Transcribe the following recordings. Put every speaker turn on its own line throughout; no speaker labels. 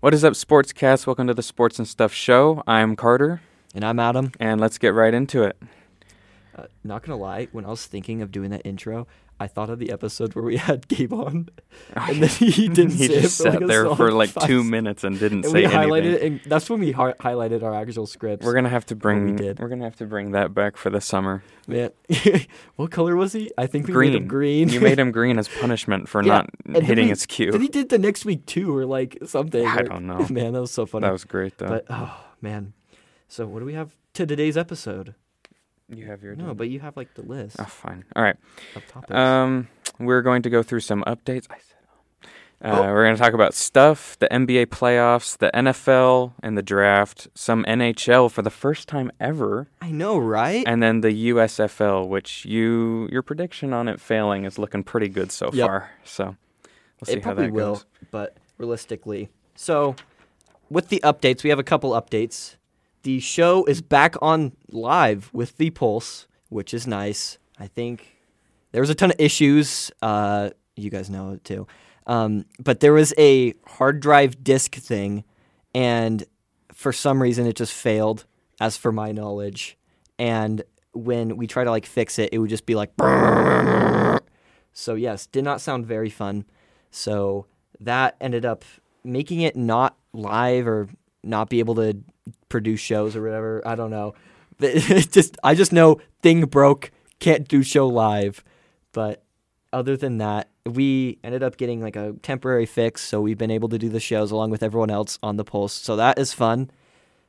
What is up, sportscast? Welcome to the Sports and Stuff Show. I'm Carter,
And I'm Adam.
and let's get right into it.
Uh, not gonna lie, when I was thinking of doing that intro, I thought of the episode where we had Gabe on, and then he didn't.
he
say it
just
for, like,
sat
a
there for
solid
like
five
two
s-
minutes and didn't
And
say
we highlighted
anything.
it, and that's when we hi- highlighted our actual scripts.
We're gonna have to bring. We
did.
are gonna have to bring that back for the summer.
Man, what color was he? I think we made him green.
you made him green as punishment for
Yeah,
not
then
hitting
we-
his cue.
Then he did the next week too, or like something.
I
or-
don't know.
Man, that was so funny.
That was great though.
but oh man, so what do we have to today's episode?
you have your
No,
agenda.
but you have like the list
Oh, fine. All right.
of topics.
Um, we're going to go through some updates. I said, uh,
Oh.
We're going to talk about stuff, the NBA playoffs, the NFL, and the draft, some NHL for the first time ever,
I know, right?
and then the USFL, which you your prediction on it failing is looking pretty good so
Yep.
far. So we'll see
it
how
probably
that
will,
goes.
but realistically. So, with the updates, we have a couple updates. The show is back on live with the Pulse, which is nice. I think there was a ton of issues. Uh, you guys know it too. Um, but there was a hard drive disk thing, and for some reason it just failed, as for my knowledge. And when we try to like fix it, it would just be like. So yes, did not sound very fun. So that ended up making it not live or not be able to produce shows or whatever. I don't know. But it just I just know thing broke, can't do show live. But other than that, we ended up getting like a temporary fix, so we've been able to do the shows along with everyone else on the Pulse. So that is fun.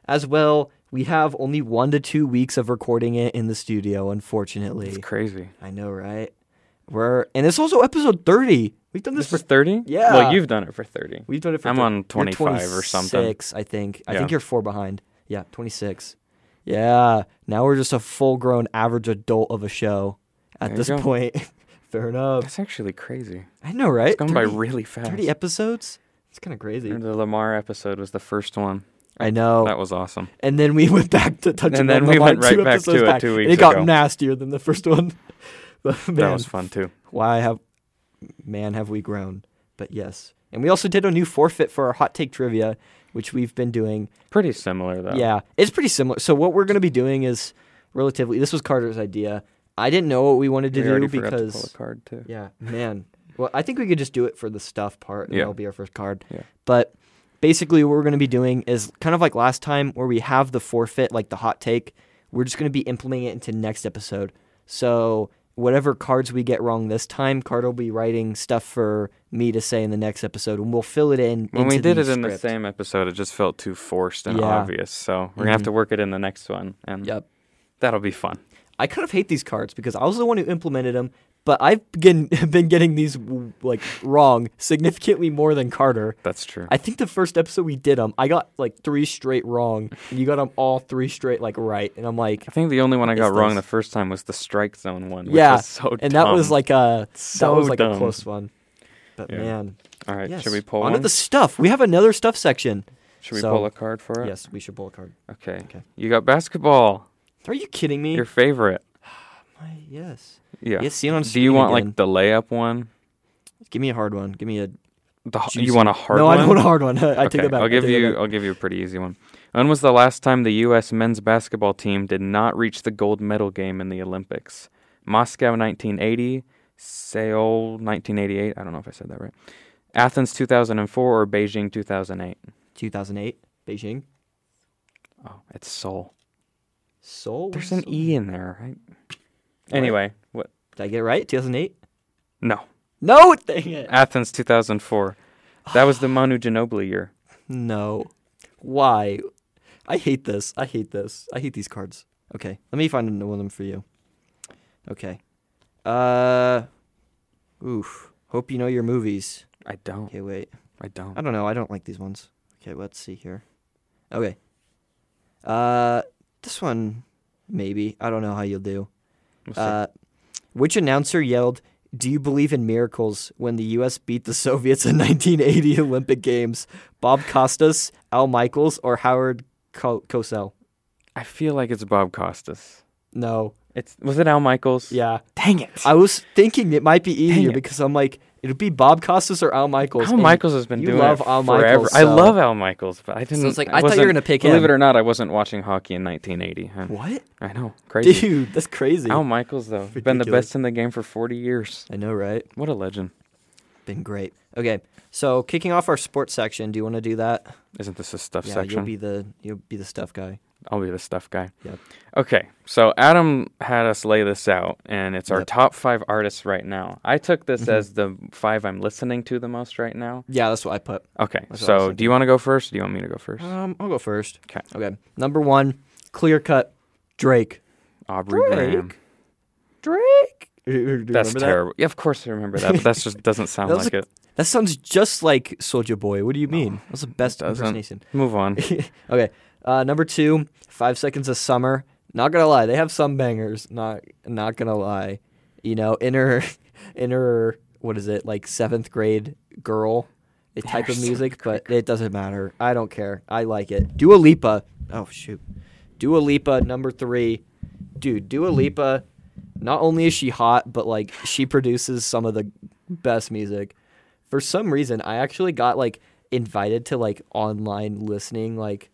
As well, we have only 1 to 2 weeks of recording it in the studio unfortunately.
It's crazy.
I know, right? We're and it's also episode thirty. We've done this.
This for
for-
30?
Yeah.
Well, you've done it for 30.
we've done it for.
I'm
thir-
on
you're
25 or something.
26, I think. I
Yeah.
think you're four behind. Yeah, twenty six. Yeah. Now we're just a full grown average adult of a show at
There you
this
go.
point. Fair enough.
That's actually crazy.
I know, right?
It's gone by
30
really fast.
Thirty episodes. Oh. It's kind of crazy.
The Lamar episode was the first one.
I know.
That was awesome.
and then we went back to touching.
And then
on
we
the
went
line
right back
episodes
to it
back.
two
And
weeks
It got
ago.
nastier than the first one. But,
That
man,
was fun too.
why have man have we grown but yes and we also did a new forfeit for our hot take trivia which we've been doing
Pretty similar though.
yeah it's pretty similar so what we're going to be doing is relatively this was carter's idea i didn't know what we wanted to
we already
do
forgot to pull
because
a card too.
yeah man well i think we could just do it for the stuff part and
Yeah.
that'll be our first card
Yeah.
but basically what we're going to be doing is kind of like last time where we have the forfeit like the hot take we're just going to be implementing it into next episode so whatever cards we get wrong this time carter will be writing stuff for me to say in the next episode and we'll fill it in
When we
into
did
the
it in the
script.
same episode, it just felt too forced and
Yeah. Mm-hmm.
obvious. So we're gonna have to work it in the next one, and
yep
that'll be fun.
I kind of hate these cards because I was the one who implemented them, but I've been, been getting these w- like wrong significantly more than Carter.
That's true.
I think the first episode we did them, I got like three straight wrong, and you got them all three straight like right, and I'm like,
I think the only one I got
It's
wrong
those-
the first time was the strike zone one. Which
yeah,
was so
and that was
dumb.
like a
So
that was like
dumb.
a close one. But
Yeah.
man,
all right.
yes.
Should we pull
onto
one?
the stuff? We have another stuff section.
Should we
so-
pull a card for it?
Yes, we should pull a card.
Okay.
Okay.
You got basketball.
Are you kidding me?
Your favorite.
My- yes.
Yeah.
Yes, seen on
Do you
screen
want
again.
like the layup one?
Give me a hard one. Give me a
The, h-
Juicy.
you want a hard
no.
one?
I don't want a hard one. I take
Okay,
it back. I
I'll give
take it
you.
back.
I'll give you a pretty easy one. When was the last time the U.S. men's basketball team did not reach the gold medal game in the Olympics? Moscow 1980, Seoul 1988. I don't know if I said that right. Athens 2004 or Beijing 2008.
2008 Beijing.
Oh, it's Seoul.
Seoul.
There's
was
an
Seoul?
E in there, right? Anyway, what?
Did I get it right? 2008?
No,
No, dang it.
Athens 2004. That was the Manu Ginobili year.
No. Why? I hate this. I hate this. I hate these cards. Okay, let me find another one of them for you. Okay. Uh. Oof. Hope you know your movies.
I don't.
Okay, wait.
I don't.
I don't know. I don't like these ones. Okay, let's see here. Okay. Uh, this one, maybe. I don't know how you'll do.
We'll see.
Uh, which announcer yelled, "Do you believe in miracles?" when the U.S. beat the Soviets in 1980 Olympic Games? Bob Costas, Al Michaels, or Howard Co- Cosell?
I feel like it's Bob Costas.
No.
It's was it Al Michaels?
Yeah.
Dang it.
I was thinking it might be easier
it.
because I'm like, It would be Bob Costas or Al Michaels.
Al
and
Michaels has been
you
doing
love
it
Al
forever.
Michaels,
I
so-
love Al Michaels, but I didn't.
it's like, I thought you were
wasn't-
gonna pick
Believe it
him.
or not, I wasn't watching hockey in 1980. I,
What?
I know, crazy.
Dude, that's crazy.
Al Michaels though, been the
Ridiculous.
best in the game for 40 years.
I know, right?
What a legend!
Been great. Okay, so kicking off our sports section, do you want to do that?
Isn't this a stuff
yeah,
section?
you'll be the you'll be the stuff guy.
I'll be the stuff guy.
Yep.
Okay, so Adam had us lay this out, and it's our
Yep. Mm-hmm.
top five artists right now. I took this as the five I'm listening to the most right now.
Yeah, that's what I put.
Okay,
That's what I was
so do you want to go first? Or do you want me to go first?
Um, I'll go first.
'Kay.
Okay. Number one, clear cut, Drake.
Aubrey Graham.
Drake? Drake. Do you
That's
remember that?
terrible. Yeah, of course I remember that. But that just doesn't sound
That was
like
a-
it.
That sounds just like Soldier Boy. What do you mean? That's the best
doesn't.
impersonation.
Move on.
okay. Uh, number two, Five Seconds of Summer. Not gonna lie, they have some bangers. Not not gonna lie. You know, inner inner what is it like seventh grade girl a type of
Inner
music, but it doesn't matter. I don't care. I like it. Dua Lipa. Oh shoot, Dua Lipa number three. Dude, Dua Lipa. Not only is she hot, but like she produces some of the best music for some reason i actually got like invited to like online listening like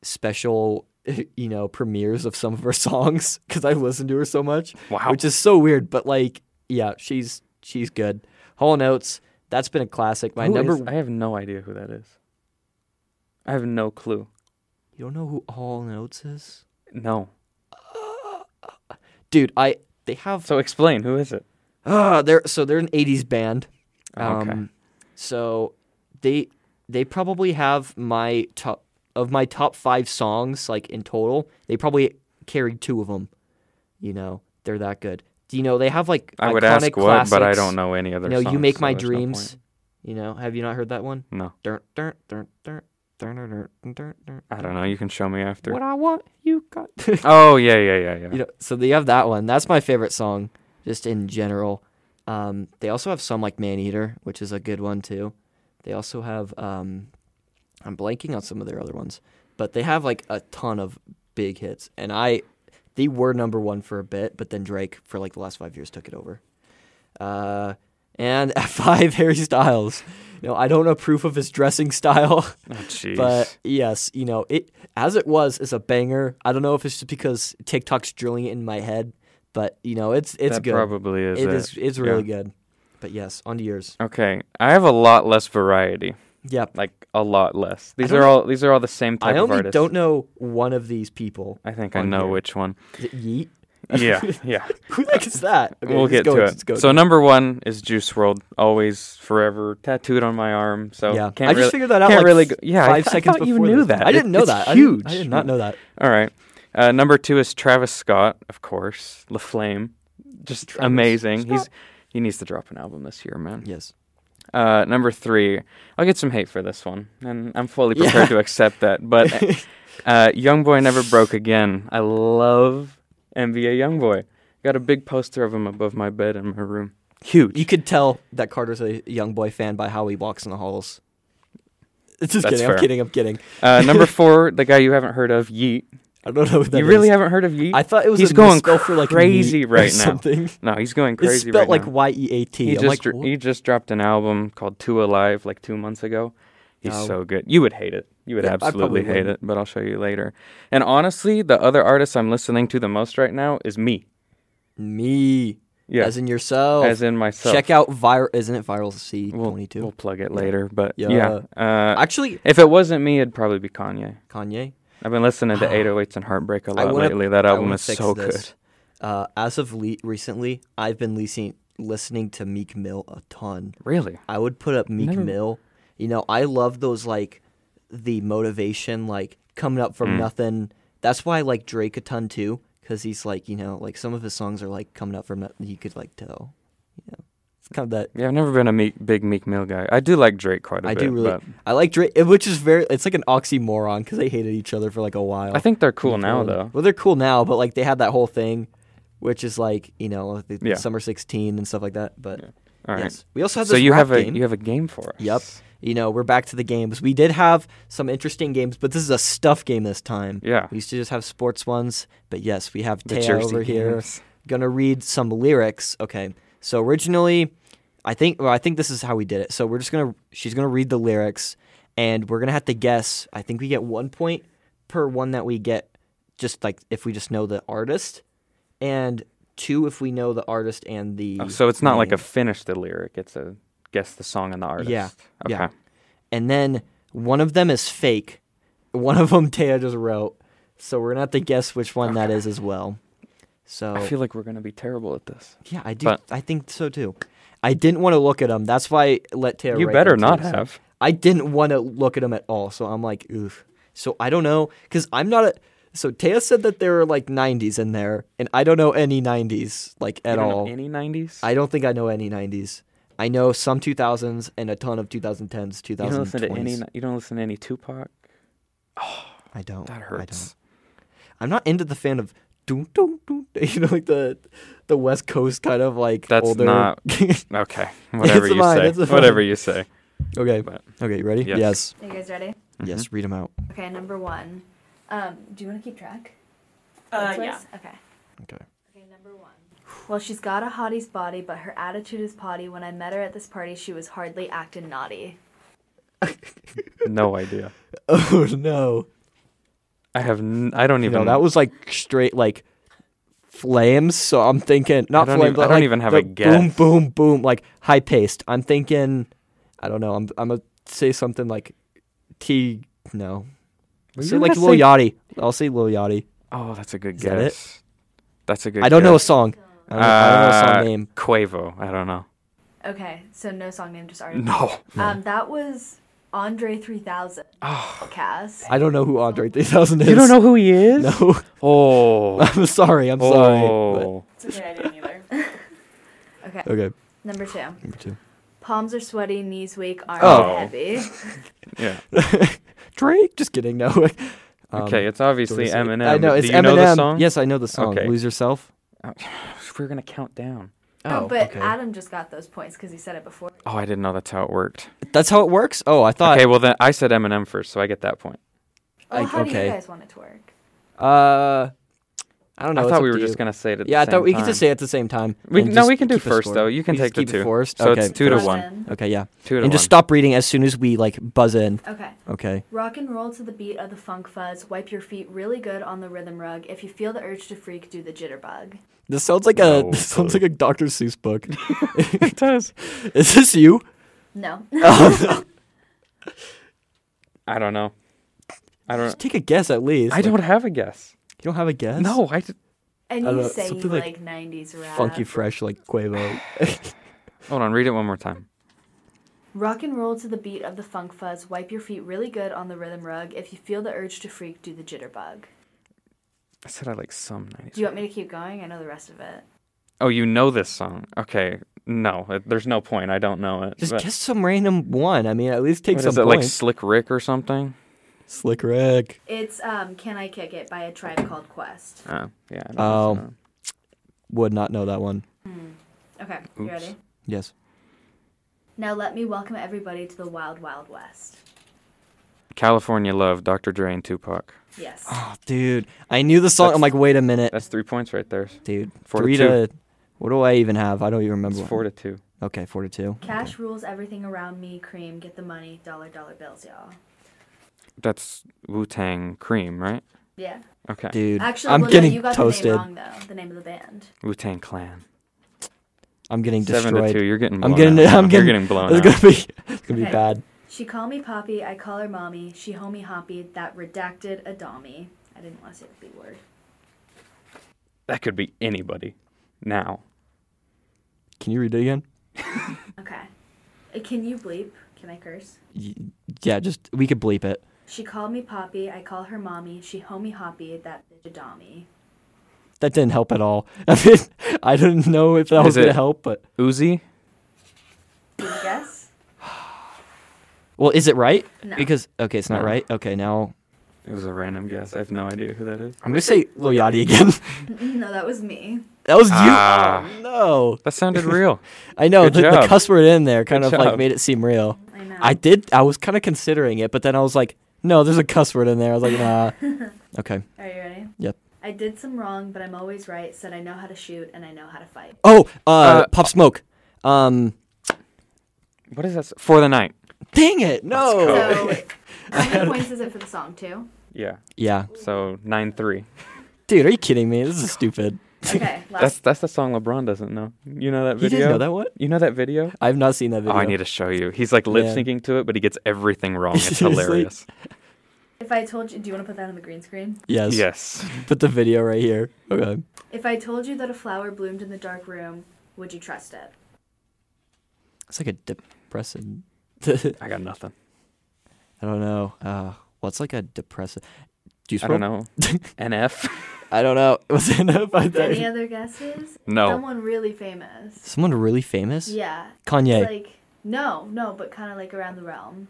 special you know premieres of some of her songs because i listened to her so much
Wow.
which is so weird but like yeah she's she's good hall notes that's been a classic my
Who
number
is- I have no idea who that is. I have no clue.
you don't know who hall notes is
No.
dude i they have
So explain. Who is it?
Ah, they're so they're an '80s band. Um,
Oh, Okay.
So they they probably have my top of my top five songs like in total. They probably carried two of them. You know, they're that good. Do you know they have like
I would
iconic
ask what, but I
classics.
don't know any other.
You know, you
songs,
make
so
my
there's no
dreams.
point.
you know, have you not heard that one?
No,
Dun, dun, dun, dun, dun, dun, dun, dun, dun, dun.
I don't know. You can show me after.
What I want, you got.
Oh yeah, yeah, yeah, yeah.
you know, so they have that one. That's my favorite song, just in general. Um, they also have some like Man Eater, which is a good one too. They also have um, I'm blanking on some of their other ones, but they have like a ton of big hits. And I, they were number one for a bit, but then Drake for like the last five years took it over. Uh, and at five, Harry Styles. You know, I don't approve of his dressing style.
Oh, jeez.
But yes, you know, it as it was is a banger. I don't know if it's just because TikTok's drilling it in my head, but you know, it's it's
that
good.
probably is.
it
it.
is it's
Yeah. Oh,
really good. But yes, on to yours.
Okay, I have a lot less variety.
Yep.
Like a lot less. These
don't
are all. These are all the same type
I
of
only
artists.
don't know one of these people.
I think I
on
know
here.
which one.
Is it Yeet?
Yeah, yeah.
Who the heck is that? Okay,
we'll
let's
get
go,
to
let's
it.
go.
so number one is Juice World, always, forever, tattooed on my arm. So
yeah,
can't
I just
really,
figured that out.
Can't
like
really. Go, yeah, I
five
th- I
seconds
thought
before
you knew
this.
that.
I didn't know
It's
that. I
Huge.
didn't- I did not know that.
All right. Uh, number two is Travis Scott, of course. La Flame, just
Travis
amazing. He's
Scott.
he needs to drop an album this year, man.
Yes.
Uh, number three, I'll get some hate for this one, and I'm fully
Yeah.
prepared to accept that. But uh, YoungBoy never broke again. I love NBA YoungBoy. Got a big poster of him above my bed in my room. Huge.
You could tell that Carter's a young boy fan by how he walks in the halls. Just
That's
kidding.
fair.
I'm kidding. I'm kidding.
Uh, number four, the guy you haven't heard of, Yeet.
I don't know. What that
you really
is.
haven't heard of Yeet?
I thought it was
He's
a
going
misspell for like
crazy
meat or
right now.
Something.
no, he's going
It's
crazy
spelled
right
like
now.
Y E A T.
He
I'm
just
like,
dr-
"What?"
he just dropped an album called Two Alive like two months ago. He's
Oh.
so good. You would hate it. You would
Yeah, I probably
absolutely hate
would.
it, but I'll show you later. And honestly, the other artist I'm listening to the most right now is me.
me.
Yeah,
As in yourself.
as in myself.
Check out viral. Isn't it viral C
We'll,
twenty
we'll
two?
plug it later, but
Yeah.
yeah. Uh,
Actually,
if it wasn't me, it'd probably be Kanye.
Kanye.
I've been listening to 808s and Heartbreak a
I
lot
wanna-
lately. That
I
album
wanna
is
fix
so
this. Uh, as of le- recently, I've been leasing- listening to Meek Mill a ton.
good. Really?
I would put up Meek
Never-
Mill. You know, I love those like the motivation, like coming up from
Mm.
nothing. That's why I like Drake a ton too, because he's like, you know, like some of his songs are like coming up from nothing. You could like tell, you know, it's kind of that.
Yeah, I've never been a meek, big Meek Mill guy. I do like Drake quite a
I
bit.
do really,
but
I like Drake, eh, which is very, it's like an oxymoron because they hated each other for like a while.
I think they're cool
Meek
now,
Mill.
though.
Well, they're cool now, but like they had that whole thing, which is like, you know, the
Yeah.
summer 16 and stuff like that. But
All right.
yes, we also had this
So you
rap
have a
game.
you have a game for us.
Yep. You know, we're back to the games. We did have some interesting games, but this is a stuff game this time.
Yeah.
We used to just have sports ones, but yes, we have
The
Teo
Jersey
over here.
games.
Gonna read some lyrics. Okay. So originally, I think well, I think this is how we did it. So we're just gonna she's gonna read the lyrics, and we're gonna have to guess. I think we get one point per one that we get, just like if we just know the artist, and two if we know the artist and the.
Oh, so it's not like a
name.
finish the lyric. It's a guess the song and the artist.
Yeah,
Okay.
yeah. and then one of them is fake, one of them Taya just wrote. So we're gonna have to guess which one that is as well. So
I feel like we're gonna be terrible at this.
yeah, I do.
but-
I think so too. I didn't want to look at them. That's why I let Taya.
you
write
better
them,
not
too, so-
have.
I didn't want to look at them at all. So I'm like, oof. So I don't know because I'm not a. So Taya said that there were like 90s in there, and I don't know any 90s like
You
at
don't know
all.
any nineties?
I don't think I know any 90s. I know some 2000s and a ton of 2010s, 2020s.
You don't listen to any. You don't listen to any Tupac.
I don't.
That
I don't.
hurts.
I'm not into the fan of. Doom, doom, doom, you know, like the the West Coast kind of like
That's
older.
not- Okay. Whatever
It's
you
mine,
say.
it's mine.
Whatever you say.
okay.
But-
Okay, you ready?
Yes. Mm-hmm.
Yes.
Are you guys ready?
Yes, read them out.
Okay, number one. Um, do you want to keep track?
Uh,
Choice?
yeah.
Okay.
Okay.
Okay, number one. Well, she's got a hottie's body, but her attitude is potty. When I met her at this party, she was hardly acting naughty.
Mm-hmm. No idea.
Oh no.
I have. N- I don't
You
even.
know, that was like straight like flames. So I'm thinking not
don't
flames.
even-
but
I don't
like,
even have
the
a guess.
Boom, boom, boom, like high paced. I'm thinking, I don't know. I'm I'm gonna say something like T. No,
Were
say
you
like
gonna
Lil
say-
Yachty. I'll say Lil Yachty.
Oh, that's a good
Is that it?
guess. That's a good.
I don't know a
guess.
song. I don't, I don't know a
Uh,
song name.
Quavo. I don't know.
Okay, so no song name, just artist.
No.
Um, that was Andre 3000.
Ah.
Oh. Cass.
I don't know who Andre 3000 is.
You don't know who he is?
No,
Oh.
I'm sorry. I'm sorry.
oh.
It's okay, I didn't either.
Okay.
but- okay,
Number two.
number two.
Palms are sweaty, knees weak, arms
Oh.
heavy.
Yeah.
Drake. Just kidding. No. Um,
okay. It's obviously
Doris-
Eminem.
I know
but
it's
Do you
Eminem.
know the song?
Yes, I know the song.
Okay.
Lose yourself.
We're gonna count down.
Oh, but Adam just got those points because he said it before.
Oh, I didn't know that's how it worked.
That's how it works. Oh, I thought.
okay, well then I said Eminem first, so I get that point.
Well,
I-
how do
okay.
you guys want it to work?
Uh, I don't know.
I
it's
thought
up
we
to
were
you.
just gonna say it. At
Yeah, I
the
thought
same
we could just
time.
say it at the same time.
We-
and
no,
just
we can do
keep a
first,
score.
though. You can
We
take
just
the
keep it
two.
first.
So
okay.
it's two to
Buzz
one.
in.
Okay, yeah.
Two to
And just
one.
stop reading as soon as we like buzz in.
Okay.
Okay.
Rock and roll to the beat of the funk fuzz. Wipe your feet really good on the rhythm rug. If you feel the urge to freak, do the jitterbug.
This sounds like a
No,
this sounds
totally.
like a Dr. Seuss book.
it does.
Is this you?
No.
I don't know. I don't.
Just take a guess at least.
I
Like,
don't have a guess.
You don't have a guess?
No, I. d-
and
I
you
don't know,
say you
something like
like, 90s rap.
Funky fresh like Quavo.
Hold on. Read it one more time.
Rock and roll to the beat of the funk fuzz. Wipe your feet really good on the rhythm rug. If you feel the urge to freak, do the jitterbug.
I said I like some
Do
90s.
you want me to keep going? I know the rest of it.
oh, you know this song? Okay. No, it, there's no point. I don't know it.
just
but-
guess some random one. I mean, at least take
What
some
is it like
points.
Slick Rick or something?
Slick Rick.
It's um, Can I Kick It by a Tribe Called Quest.
Oh, yeah. I don't
Oh.
know.
Would not know that one.
Okay, you
Oops.
ready?
Yes.
Now let me welcome everybody to the Wild Wild West.
California Love, Dr. Dre and Tupac.
Yes.
Oh, dude. I knew the song. I'm
That's-
like, wait a minute.
That's three points right there.
dude.
Four to
three
two.
to, what do I even have? I don't even remember.
It's
what-
four to two.
Okay, four to two.
Cash rules everything around me. Cream, get the money. Dollar, dollar bills, y'all.
That's Wu Tang Cream, right?
Yeah.
Okay.
Dude,
Actually,
I'm
well, no,
getting
you got the
toasted.
name wrong though. The name of the band.
Wu Tang Clan.
I'm getting
Seven
destroyed.
to two. You're getting. Blown
I'm getting.
Out.
I'm getting.
You're getting blown out.
It's gonna be. It's gonna be
Okay.
bad.
She call me Poppy. I call her Mommy. She homie hoppy. That redacted Adami. I didn't want to say the B word.
That could be anybody. Now.
Can you read it again?
Okay. Uh, Can you bleep? Can I curse?
Y- Yeah, just we could bleep it.
She called me Poppy. I call her Mommy. She homie hoppy. That bitch Adami.
That didn't help at all. I mean, I didn't know if that
Is
was gonna
it-
help, but
Uzi.
Do you guess?
well, is it right?
No.
Because okay, it's not
No.
right. Okay, now
It was a random guess. I have no idea who that is.
I'm gonna say Lil Yachty again.
no, that was me.
that was you.
Ah.
Oh, no,
That sounded real.
I know
Good
the, the
job.
cuss word in there kind
Good
of like
job.
made it seem real.
I know.
I did. I was kind of considering it, but then I was like, no, there's a cuss word in there. I was like, nah. okay.
Are you ready?
Yep.
I did some wrong, but I'm always right. Said I know how to shoot and I know how to fight.
Oh, uh,
Uh,
Pop Smoke. Um,
What is that? s- For the night.
Dang it! No.
So, how many points is it for the song, too?
Yeah.
yeah,
So nine three.
dude, are you kidding me? This is stupid.
Okay,
That's
last.
that's the song LeBron doesn't know. You know that
You
video?
didn't know that one?
You know that video?
I've not seen that video.
Oh, I need to show you. He's like lip syncing to it, but he gets everything wrong. It's
Seriously?
hilarious.
If I told you, do you want to put that on the green screen?
Yes.
Yes.
Put the video right here. Okay.
If I told you that a flower bloomed in the dark room, would you trust it?
It's like a depressing. I
I got nothing.
don't know. Uh, what's like a depressing? Do you
I don't
smoke?
know. NF.
I don't know. Was it enough? I
Any
thought-
other guesses?
No.
Someone really famous.
Someone really famous?
Yeah.
Kanye.
Like no, no, but kind of like around the realm.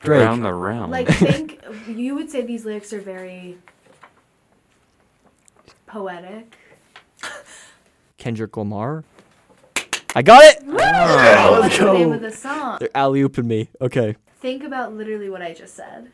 Drake.
Round the round.
Like think you would say these lyrics are very poetic.
Kendrick Lamar. I got it.
Oh.
What's the
go.
name of the song?
They're alley ooping me. Okay.
Think about literally what I just said.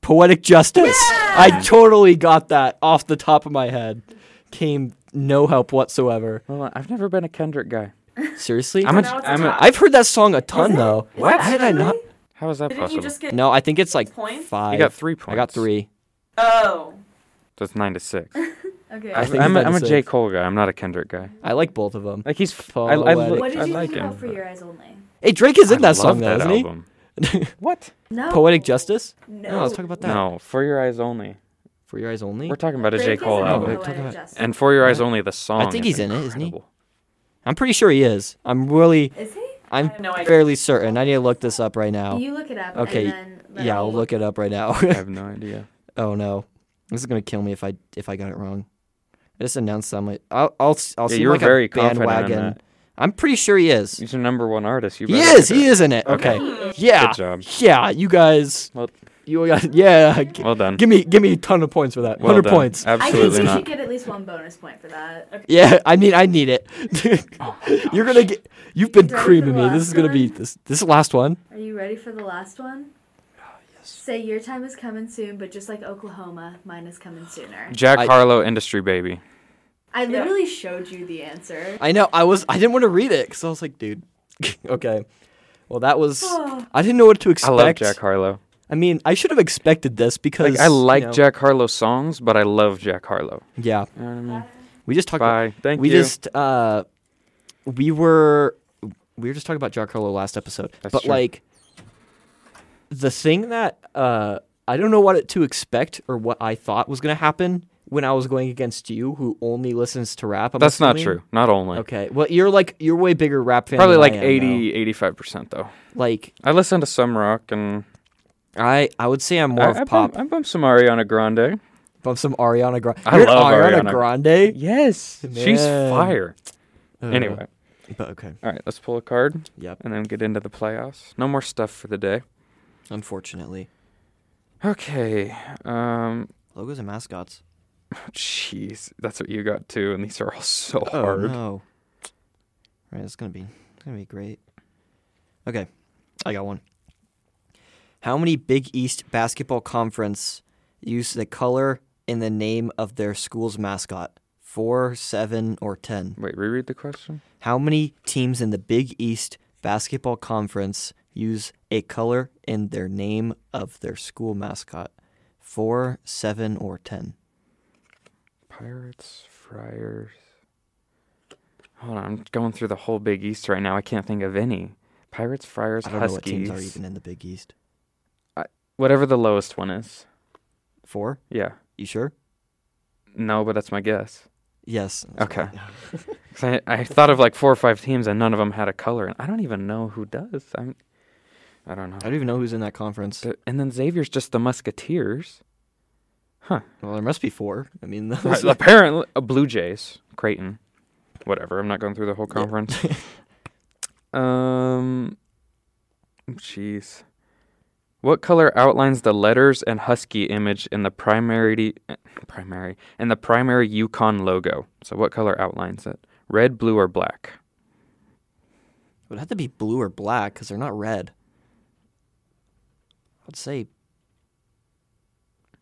Poetic justice. I totally got that off the top of my head. Came no help whatsoever.
Well, I've never been a Kendrick guy.
Seriously?
I'm a,
now it's a
I'm
tie.
a,
I've heard that song a ton
Is it?
though.
Is
What?
that
How
did I not-
actually-
how is that
Didn't
possible?
you just get?
No, I think it's like
Points? You
five.
You got three points.
I got three.
Oh,
That's nine to six.
Okay.
I
think it's
am a,
nine to
I'm a J
six.
Cole guy. I'm not a Kendrick guy.
I like both of them.
Like he's. F- I, I, li-
Poetic.
what did
I
you
like
think
him.
about for
but-
your eyes only?
Hey, Drake is in
I
that
love
song though, isn't he?
album. what?
No.
Poetic justice?
No.
let's talk about that.
No, for your eyes only.
For your eyes only.
We're talking about a J
Drake
Cole
isn't
No,
album.
we're
poetic
talking about-
justice.
And For Your Eyes Only, the song.
think
is
he's in it, isn't he?
incredible.
I'm pretty sure he is. I'm really
Is he?
I'm
have no idea.
fairly certain. I need to look this up right
Oh.
now.
You look it up.
Okay,
And then let
yeah,
me
I'll look it up right now.
I have no idea.
oh no. This is going to kill me if I if I got it wrong. I just announced that like I'll I'll, s- I'll
Yeah,
seem
you were
like
very
a
confident in
bandwagon.
that.
I'm pretty sure he is.
He's your number one artist. You
He
better
is.
get it.
He is in it. Okay. Yeah.
Good job.
Yeah, you guys.
Well-
you guys. Yeah. g-
Well done.
Give me give me a ton of points for that.
Well
Hundred
done.
points.
I think
Absolutely
you
not.
should get at least one bonus point for that. Okay.
Yeah, I mean, I need it. You're gonna get. You've been
Ready for the
creaming me.
last
This is gonna be
one?
this. This is the last one.
Are you ready for the last one?
Ah,
Say your time is coming soon, but just like Oklahoma, mine is coming sooner.
Jack
I-
Harlow, Industry Baby.
I literally showed you the answer.
I know. I was. I didn't want to read it because I was like, dude. okay. Well, that was.
Oh.
I didn't know what to
I
expect.
love Jack Harlow.
I mean, I should have expected this because
Like I like
you know,
Jack Harlow songs, but I love Jack Harlow.
Yeah,
You know what I mean?
we just talked.
Bye. Thank
we
you.
just. Uh, we were. We were just talking about Jack Harlow last episode,
That's
but
true.
like, the thing that uh, I don't know what to expect or what I thought was gonna happen when I was going against you, who only listens to rap. I'm
That's not
assuming.
true. Not only.
Okay, well, you're like you're way bigger rap fan.
Probably
than I
like
am, though.
80, 85% though.
Like
I listen to some rock and
I, I would say I'm more
I,
of
I,
pop.
Bump, I bump some Ariana Grande.
Bump some Ariana Grande.
I
You're an
love
Ariana,
Ariana.
Grande.
Yes. She's
Man.
fire.
Uh,
Anyway.
but okay.
All right, let's pull a card
Yep.
and then get into the playoffs. No more stuff for the day.
Unfortunately,
Okay. Um
logos and mascots.
jeez, that's what you got too and these are all so
Oh
hard.
no. Right, it's gonna be it's gonna be great. Okay, I got one. How many Big East basketball conference use the color in the name of their school's mascot? Four, seven, or ten?
Wait, reread the question.
How many teams in the Big East Basketball Conference use a color in their name of their school mascot? Four, seven, or ten?
Pirates, Friars. Hold on, I'm going through the whole Big East right now. I can't think of any. Pirates, Friars,
I don't know what
Huskies.
teams are even in the Big East.
Whatever the lowest one is.
Four?
Yeah.
You sure?
No, but that's my guess.
Yes.
Okay. 'Cause I, I thought of like four or five teams and none of them had a color. And I don't even know who does. I'm, I don't
I
know.
don't even know who's in that conference.
Th- And then Xavier's just the Musketeers. Huh.
Well, there must be four. I mean, those
Right, Apparently, uh, Blue Jays, Creighton, whatever. I'm not going through the whole conference. um, jeez, what color outlines the letters and husky image in the primary eh, primary and the primary Yukon logo? So, what color outlines it? Red, blue, or black?
would have to be blue or black because they're not red. I'd say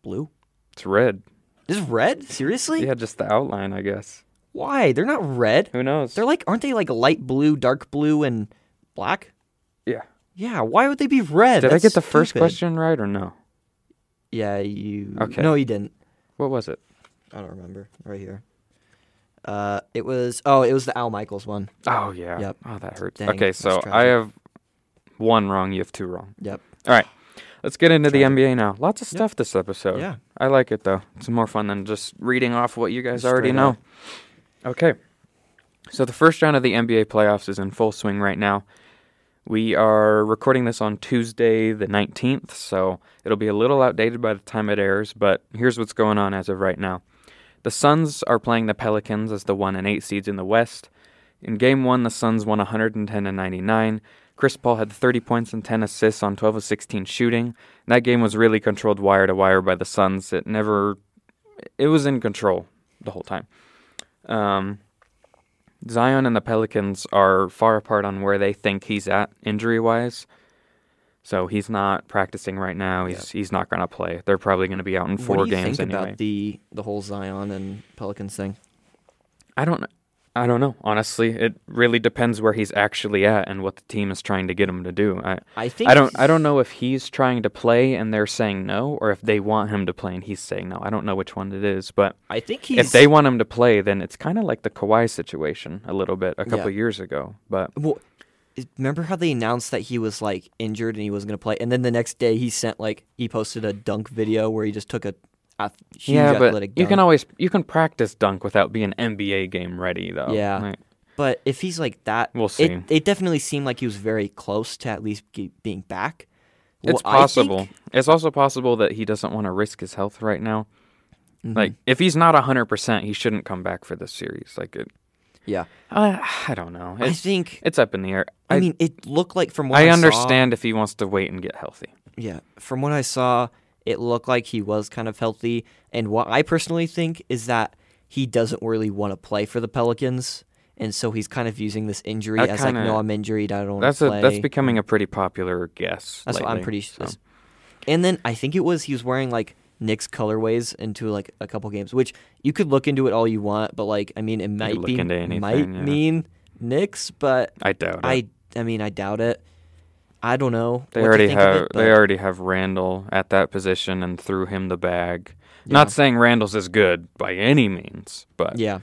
blue.
It's red.
This is red? Seriously?
Yeah, just the outline, I guess.
Why? They're not red.
Who knows?
They're like, aren't they like light blue, dark blue, and black?
yeah.
Yeah. Why would they be red?
Did I
That's
get the first
stupid.
question right or no?
Yeah, you.
Okay.
No, you didn't.
What was it?
I don't remember. Right here. Uh, it was. Oh, it was the Al Michaels one.
Oh yeah.
Yep.
Oh, that hurts.
Dang,
okay,
that's
so I
tragic.
have one wrong. You have two wrong.
Yep.
All right. Let's get into the NBA now. Lots of stuff this episode.
Yeah.
I like it though. It's more fun than just reading off what you guys
Just
already
straight
know.
up.
Okay. So the first round of the NBA playoffs is in full swing right now. We are recording this on Tuesday the 19th, so it'll be a little outdated by the time it airs, but here's what's going on as of right now. The Suns are playing the Pelicans as the 1 and 8 seeds in the West. In game 1, the Suns won 110 to 99. Chris Paul had 30 points and 10 assists on 12 of 16 shooting. And that game was really controlled wire to wire by the Suns. It never it was in control the whole time. Um, Zion and the Pelicans are far apart on where they think he's at injury wise. So he's not practicing right now. He's he's not going to play. They're probably going to be out in four
what do you
games
think
anyway.
about the the whole Zion and Pelicans thing?
I don't I don't know. Honestly, it really depends where he's actually at and what the team is trying to get him to do. I
I think
I don't I
he's-
don't know if he's trying to play and they're saying no or if they want him to play and he's saying no. I don't know which one it is, but
I think he's.
if they want him to play, then it's kind of like the Kawhi situation a little bit a couple
Yeah.
years ago. But
Well, is- remember how they announced that he was like injured and he wasn't gonna play, and then the next day he sent like he posted a dunk video where he just took a, ath- huge
yeah, but
athletic
you
dunk.
can always you can practice dunk without being NBA game ready though.
Yeah.
Like,
But if he's like that,
We'll see.
It, it definitely seemed like he was very close to at least ge- being back.
It's
Well, I
possible.
think-
It's also possible that he doesn't want to risk his health right now.
Mm-hmm.
Like if he's not 100%, he shouldn't come back for this series. Like it
yeah,
uh, I don't know.
I
It's,
think.
it's up in the air.
I, mean, it looked like from what I,
I
saw-
understand if he wants to wait and get healthy.
yeah, from what I saw, it looked like he was kind of healthy. And what I personally think is that he doesn't really want to play for the Pelicans, and so he's kind of using this injury
That
as
kinda-
like, no, I'm injured. I don't.
That's
want
a
to play.
that's becoming a pretty popular guess.
That's what I'm
lately,
pretty
so.
sure. And then I think it was he was wearing like Knicks colorways into like a couple games, which you could look into it all you want, but like I mean, it might
look
be
into anything,
might
yeah.
mean Knicks, but
I doubt it.
I I mean I doubt it. I don't know.
They
what to
already
think of
have
it,
they
but-
already have Randall at that position and threw him the bag. Not saying Randall's is good by any means, but
Yeah,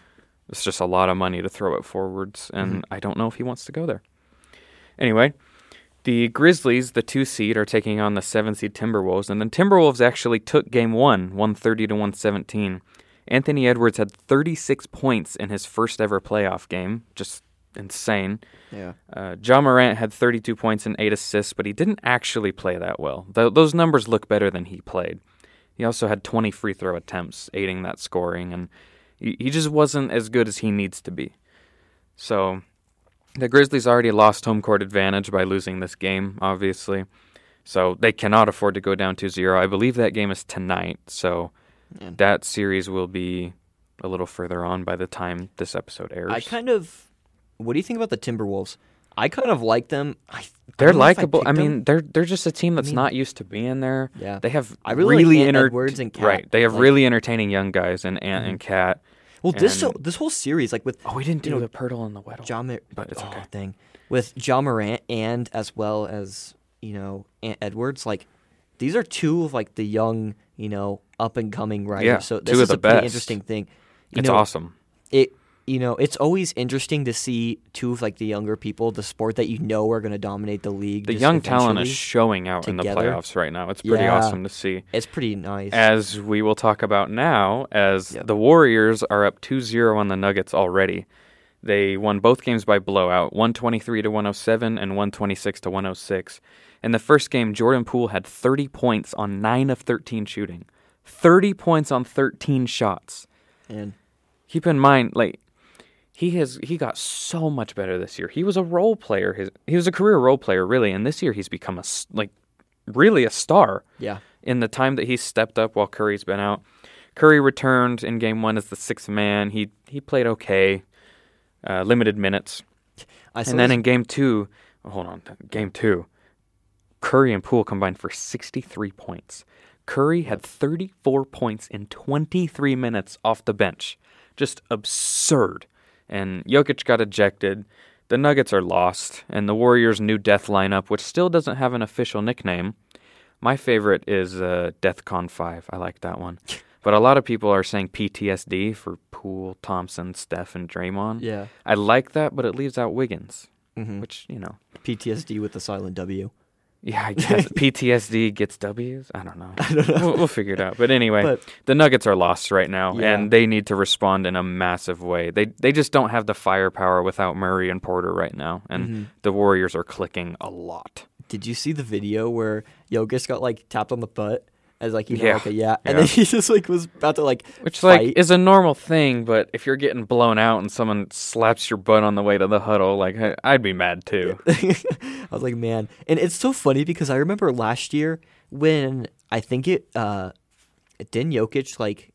it's just a lot of money to throw at forwards, and I don't know if he wants to go there. Anyway, the Grizzlies, the two seed, are taking on the seven seed Timberwolves, and the Timberwolves actually took game one, 130 to 117. Anthony Edwards had 36 points in his first ever playoff game, just insane.
yeah.
Uh, John Morant had 32 points and 8 assists, but he didn't actually play that well. Tho- those numbers look better than he played. He also had 20 free throw attempts, aiding that scoring, and he, he just wasn't as good as he needs to be. So the Grizzlies already lost home court advantage by losing this game, obviously. So they cannot afford to go down 2 0. I believe that game is tonight, so that series will be a little further on by the time this episode airs.
I kind of. What do you think about the Timberwolves? I kind of like them. I,
They're likable.
likable.
I, mean, they're they're just a team that's not used to being there.
Yeah.
they have
I really like Ant
enter-
Edwards and Cat,
right. They have
like- Mm-hmm.
really entertaining young guys and Ant and Cat.
well, this
and-
whole- this whole series, like with
Oh, we didn't do the Pirtle and the Weddle.
John, Mar-
But it's
oh,
okay.
dang. with John Morant and as well as you know Ant Edwards. Like these are two of like the young you know up and coming writers.
Yeah,
so
two
this
of
is
the
a pretty
best.
interesting thing. You
it's
know,
awesome.
It you know it's always interesting to see two of like the younger people, the sport that you know are going to dominate the league.
The
just
young talent is
eventually.
showing out in the
together.
playoffs right now. It's pretty
Yeah.
awesome to see.
it's pretty nice.
As we will talk about now, as the Warriors are up 2-0 on the Nuggets already. They won both games by blowout, 123 to 107 and 126 to 106. In the first game, Jordan Poole had 30 points on 9 of 13 shooting. 30 points on 13 shots.
and
Keep in mind like he has he got so much better this year. He was a role player his he was a career role player really and this year he's become a s- like really a star
yeah,
in the time that he stepped up while Curry's been out. Curry returned in game one as the sixth man. He he played okay, uh, limited minutes.
I saw
And then
this-
in game two, oh, hold on, game two, Curry and Poole combined for 63 points. Curry had 34 points in 23 minutes off the bench. Just absurd. And Jokic got ejected. The Nuggets are lost, and the Warriors' new death lineup, which still doesn't have an official nickname. My favorite is uh, DeathCon 5. I like that one. But a lot of people are saying PTSD for Poole, Thompson, Steph, and Draymond.
Yeah.
I like that, but it leaves out Wiggins,
Mm-hmm.
which, you know,
PTSD with the silent W.
yeah, I guess PTSD gets W's. I don't know. I don't know. We'll, we'll figure it out. But anyway,
But-
the Nuggets are lost right now,
Yeah.
and they need to respond in a massive way. They they just don't have the firepower without Murray and Porter right now, and
Mm-hmm.
the Warriors are clicking a lot.
Did you see the video where Jokic got like tapped on the butt as like you know
Yeah.
like a yeah, and
Yeah.
then he just like was about to like
Which
fight.
like is a normal thing, but if you're getting blown out and someone slaps your butt on the way to the huddle, like I- I'd be mad too.
I was like, man, and it's so funny because I remember last year when I think it uh didn't Jokic like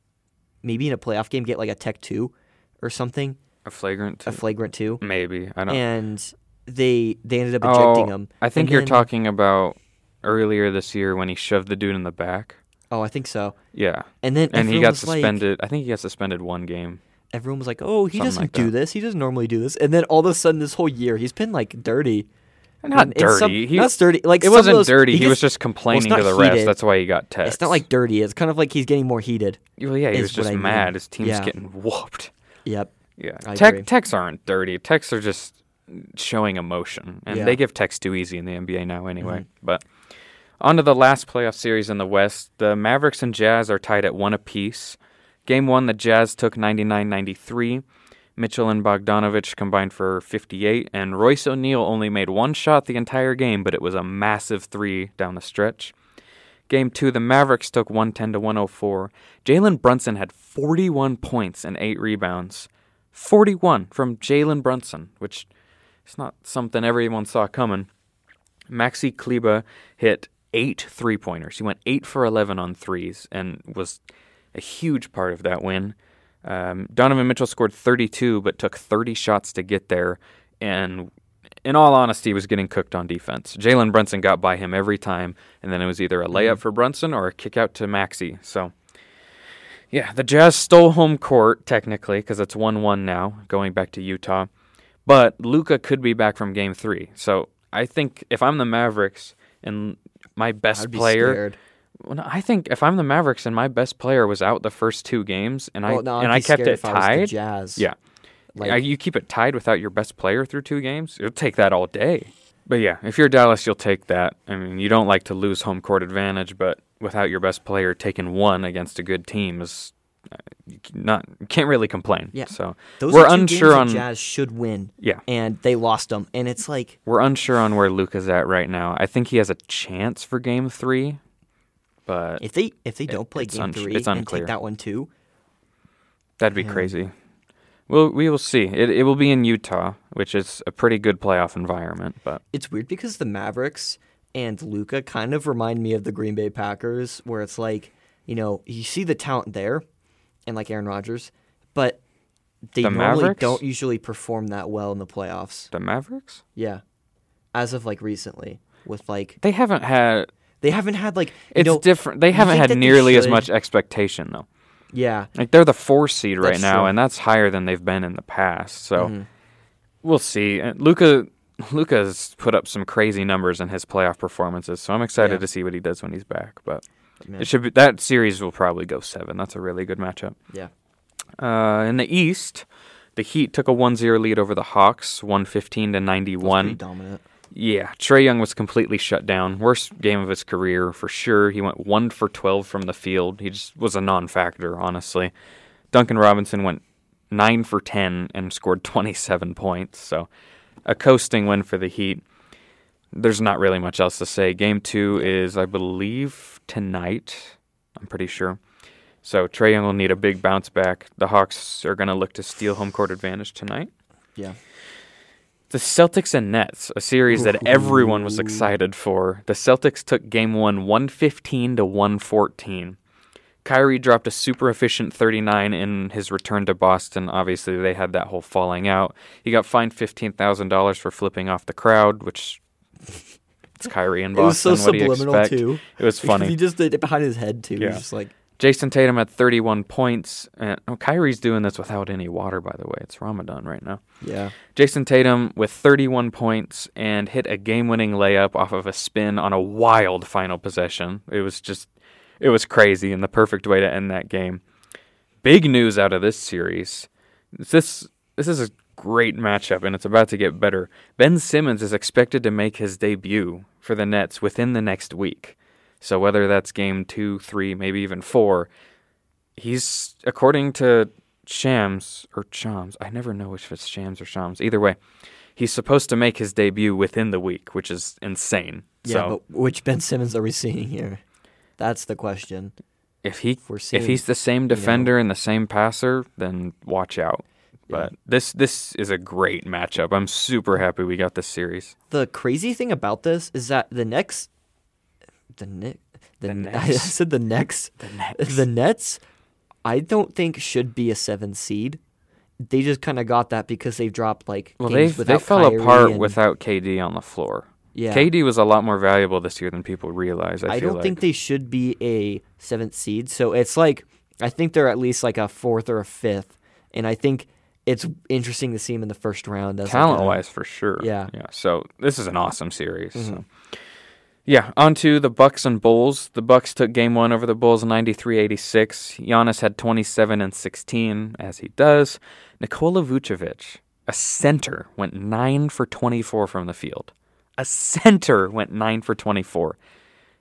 maybe in a playoff game get like a tech two or something,
a flagrant,
a flagrant two,
maybe. I don't.
and they they ended up ejecting him.
Oh, I think
And
you're
then-
talking about earlier this year when he shoved the dude in the back.
Oh, I think so.
Yeah.
And then
and he
everyone
got
was like-
suspended. I think he got suspended one game.
everyone was like, "Oh, he
Something
doesn't
like
do
that.
this. He doesn't normally do this." And then all of a sudden, this whole year, he's been like dirty.
Not
And- and
dirty.
some-
he,
not dirty. Like
it
some of
wasn't
those-
dirty. He,
gets-
was just
well, it's
complaining
not
to the refs.
heated.
That's why he got text.
It's not like dirty. It's kind of like he's getting more heated.
Well, yeah, he
is
was
what
just
I mean.
mad. His team's
Yeah.
getting whooped.
Yep.
Yeah.
I agree.
Tech, texts aren't dirty. Texts are just showing emotion, and
Yeah.
they give texts too easy in the NBA now anyway. But on to the last playoff series in the West. The Mavericks and Jazz are tied at one apiece. Game one, the Jazz took 99-93. Mitchell and Bogdanovich combined for 58, and Royce O'Neal only made one shot the entire game, but it was a massive three down the stretch. Game two, the Mavericks took 110 to 104. Jalen Brunson had 41 points and eight rebounds. 41 from Jalen Brunson, which is not something everyone saw coming. Maxi Kleba hit eight three pointers. He went eight for 11 on threes and was a huge part of that win. Um, Donovan Mitchell scored 32, but took 30 shots to get there. And in all honesty, was getting cooked on defense. Jalen Brunson got by him every time. And then it was either a layup for Brunson or a kick out to Maxi. So. Yeah, the Jazz stole home court technically because it's one-one now, going back to Utah. But Luca could be back from Game Three, so I think if I'm the Mavericks and my best
I'd be
player,
scared.
well, no, I think if I'm the Mavericks and my best player was out the first two games, and I
Well, no, I'd
and I
be
kept
scared
it
if I was the
tied,
Jazz.
yeah,
Like-
I- you keep it tied without your best player through two games, you'll take that all day. But yeah, if you're Dallas, you'll take that. I mean, you don't like to lose home court advantage, but without your best player taking one against a good team is uh, you c- not you can't really complain.
Yeah.
So
Those
we're
are two
unsure
games
on
the Jazz should win.
Yeah.
And they lost them, and it's like
we're unsure on where Luca's at right now. I think he has a chance for Game Three, but
if they if they don't play
it's
game
uns-
three
it's
and
unclear.
take that one too,
That'd be crazy. Well, we will see. It it will be in Utah, which is a pretty good playoff environment. But
it's weird because the Mavericks and Luca kind of remind me of the Green Bay Packers, where it's like you know you see the talent there, and like Aaron Rodgers, but they
The
normally
Mavericks?
don't usually perform that well in the playoffs.
the Mavericks,
Yeah, as of like recently, with like
they haven't had.
they haven't had like you
It's
know-
different. They
you
haven't
think
had
that they
nearly as
should-
much expectation though.
Yeah,
Like they're the four seed right
That's
now,
true. Mm-hmm.
and that's higher than they've been in the past. So we'll see. Luca Luca's put up some crazy numbers in his playoff performances, so I'm excited
Yeah.
to see what he does when he's back. But
Man.
it should be that series will probably go seven. That's a really good matchup.
yeah.
Uh, in the East, the Heat took a 1-0 lead over the Hawks, 115 to
Pretty
91.
dominant.
Yeah, Trey Young was completely shut down. Worst game of his career for sure. He went 1 for 12 from the field. He just was a non-factor, honestly. Duncan Robinson went 9 for 10 and scored 27 points. So, a coasting win for the Heat. There's not really much else to say. Game 2 is I believe tonight. I'm pretty sure. So Trey Young will need a big bounce back. The Hawks are going to look to steal home court advantage tonight.
Yeah.
The Celtics and Nets, a series that everyone was excited for. The Celtics took game 1 115 to 114. Kyrie dropped a super efficient 39 in his return to Boston. Obviously, they had that whole falling out. He got fined $15,000 for flipping off the crowd, which It's Kyrie in
It was
Boston.
so
what do you
subliminal
expect?
too.
It was
Because He
funny.
just did it behind his head too. He was
Yeah.
just like
Jason Tatum had 31 points. And, oh, Kyrie's doing this without any water, by the way. It's Ramadan right now.
yeah.
Jason Tatum with 31 points and hit a game-winning layup off of a spin on a wild final possession. It was just it was crazy and the perfect way to end that game. Big news out of this series. This this is a great matchup and it's about to get better. Ben Simmons is expected to make his debut for the Nets within the next week. So whether that's game 2, 3, maybe even 4, he's according to Shams or Shams. I never know if it's Shams or Shams. Either way, he's supposed to make his debut within the week, which is insane.
Yeah,
so
but which Ben Simmons are we seeing here? That's the question.
if he
if we're
if he's
seeing,
the same defender and the same passer, then watch out. But this this is a great matchup. I'm super happy we got this series.
The crazy thing about this is that the next, the Nick, the,
The
Kn- I
Nets.
said the next,
The Nets.
the Nets. I don't think should be a seven seed. They just kind of got that because they've dropped like
Well, they
games
they
without
fell
Kyrie
apart
and-
without KD on the floor.
yeah.
KD was a lot more valuable this year than people realize. I,
I
feel
don't
like.
think they should be a seventh seed. So it's like I think they're at least like a fourth or a fifth, and I think it's interesting to see them in the first round. as like, a-
talent wise for sure.
Yeah.
Yeah. So this is an awesome series. So. Yeah, on to the Bucks and Bulls. The Bucks took game 1 over the Bulls 93-86. Giannis had 27 and 16 as he does. Nikola Vucevic, a center, went 9 for 24 from the field. A center went 9 for 24.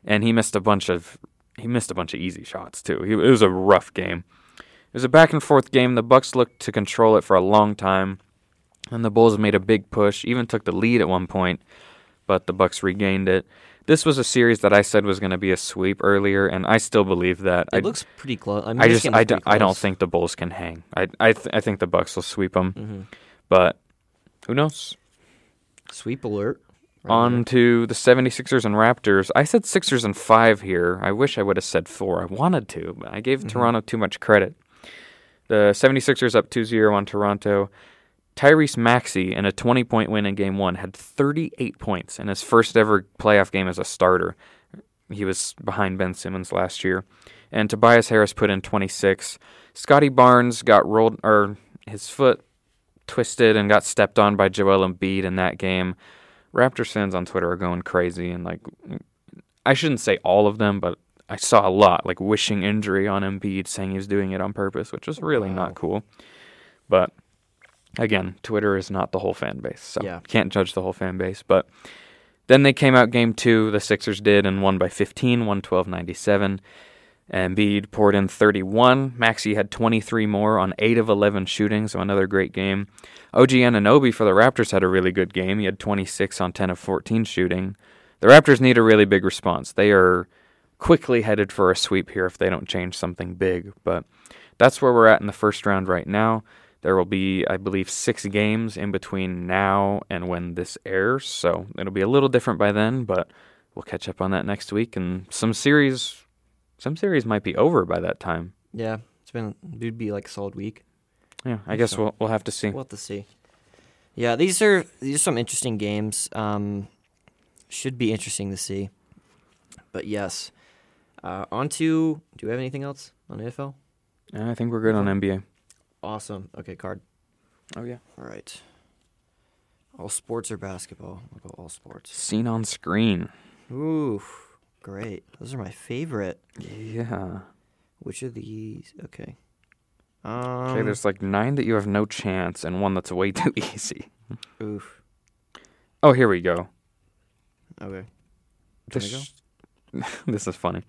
And he missed a bunch of he missed a bunch of easy shots too. He, it was a rough game. It was a back and forth game. The Bucks looked to control it for a long time. And the Bulls made a big push, even took the lead at one point, but the Bucks regained it. This was a series that I said was going to be a sweep earlier, and I still believe that.
It
I,
looks pretty close. I, mean,
I
this
just
game
I
looks
don't
pretty
I don't
close.
think the Bulls can hang. I I th- I think the Bucks will sweep them,
Mm-hmm.
but who knows?
sweep alert. Right
On to the 76ers and Raptors. I said Sixers and five here. I wish I would have said four. I wanted to, but I
Mm-hmm.
gave Toronto too much credit. The 76ers up 2 0 on Toronto. Tyrese Maxey, in a 20 point win in game one, had 38 points in his first ever playoff game as a starter. He was behind Ben Simmons last year. And Tobias Harris put in 26. Scotty Barnes got rolled, or his foot twisted and got stepped on by Joel Embiid in that game. Raptors fans on Twitter are going crazy and like I shouldn't say all of them, but I saw a lot like wishing injury on Embiid, saying he was doing it on purpose, which was really not cool. But again, Twitter is not the whole fan base, so
Yeah.
can't judge the whole fan base. But then they came out game two, the Sixers did, and won by 15, 112 97. Embiid poured in 31. Maxi had 23 more on 8 of 11 shooting, so another great game. OG Ananobi for the Raptors had a really good game. He had 26 on 10 of 14 shooting. The Raptors need a really big response. They are quickly headed for a sweep here if they don't change something big, but that's where we're at in the first round right now. There will be, I believe, six games in between now and when this airs, so it'll be a little different by then, but we'll catch up on that next week. And some series, some series might be over by that time.
there. Yeah, it's been it'd be like a solid week.
Yeah, I guess we'll we'll have to see.
We'll have to see. Yeah, these are these are some interesting games. Um, should be interesting to see. But yes, uh, on to do we have anything else on NFL?
And I think we're good on NBA.
Awesome. Okay, card.
Oh yeah,
All right. All sports or basketball? I'll go all sports.
seen on screen.
Ooh, great. Those are my favorite.
Yeah.
Which of these? Okay.
Okay,
Um,
there's like nine that you have no chance, and one that's way too easy.
oof.
Oh, here we go.
Okay. Can I go?
This, this is funny.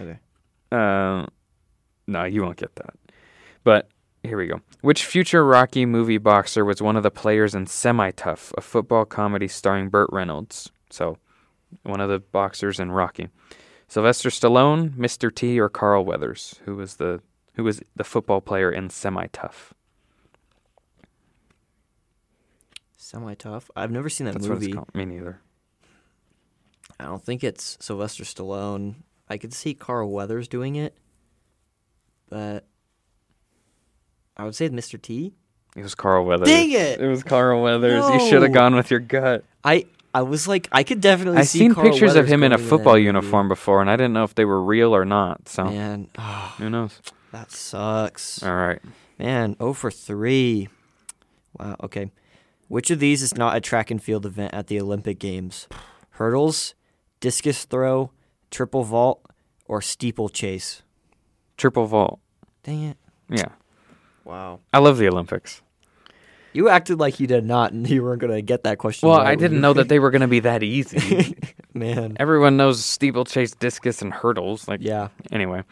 Okay.
Uh, no, you won't get that. But here we go. Which future Rocky movie boxer was one of the players in Semi Tough, a football comedy starring Burt Reynolds? So, one of the boxers in Rocky. Sylvester Stallone, Mr. T, or Carl Weathers? Who was the who was the football player in Semi Tough?
Semi tough. I've never seen that
That's what
movie.
it's called. Me neither.
I don't think it's Sylvester Stallone. I could see Carl Weathers doing it, but I would say Mr. T.
It was Carl Weathers.
Dang it!
It was Carl Weathers. You should have
No!
gone with your gut.
I I was like, I could definitely.
I've
see
seen
Carl
pictures of
Weathers
him in a
going to that
football
interview.
uniform before, and I didn't know if they were real or not. So
Man, oh,
who knows?
that sucks.
All right.
Man, oh for three. Wow. Okay. Which of these is not a track and field event at the Olympic Games? Hurdles, discus throw, triple vault, or steeplechase?
Triple vault.
Dang it.
Yeah.
Wow.
I love the Olympics.
You acted like you did not, and you weren't gonna get that question.
Well,
right
I
when
didn't
you-
know that they were going to be that easy.
Man.
Everyone knows steeplechase, discus, and hurdles. Like,
Yeah.
Anyway,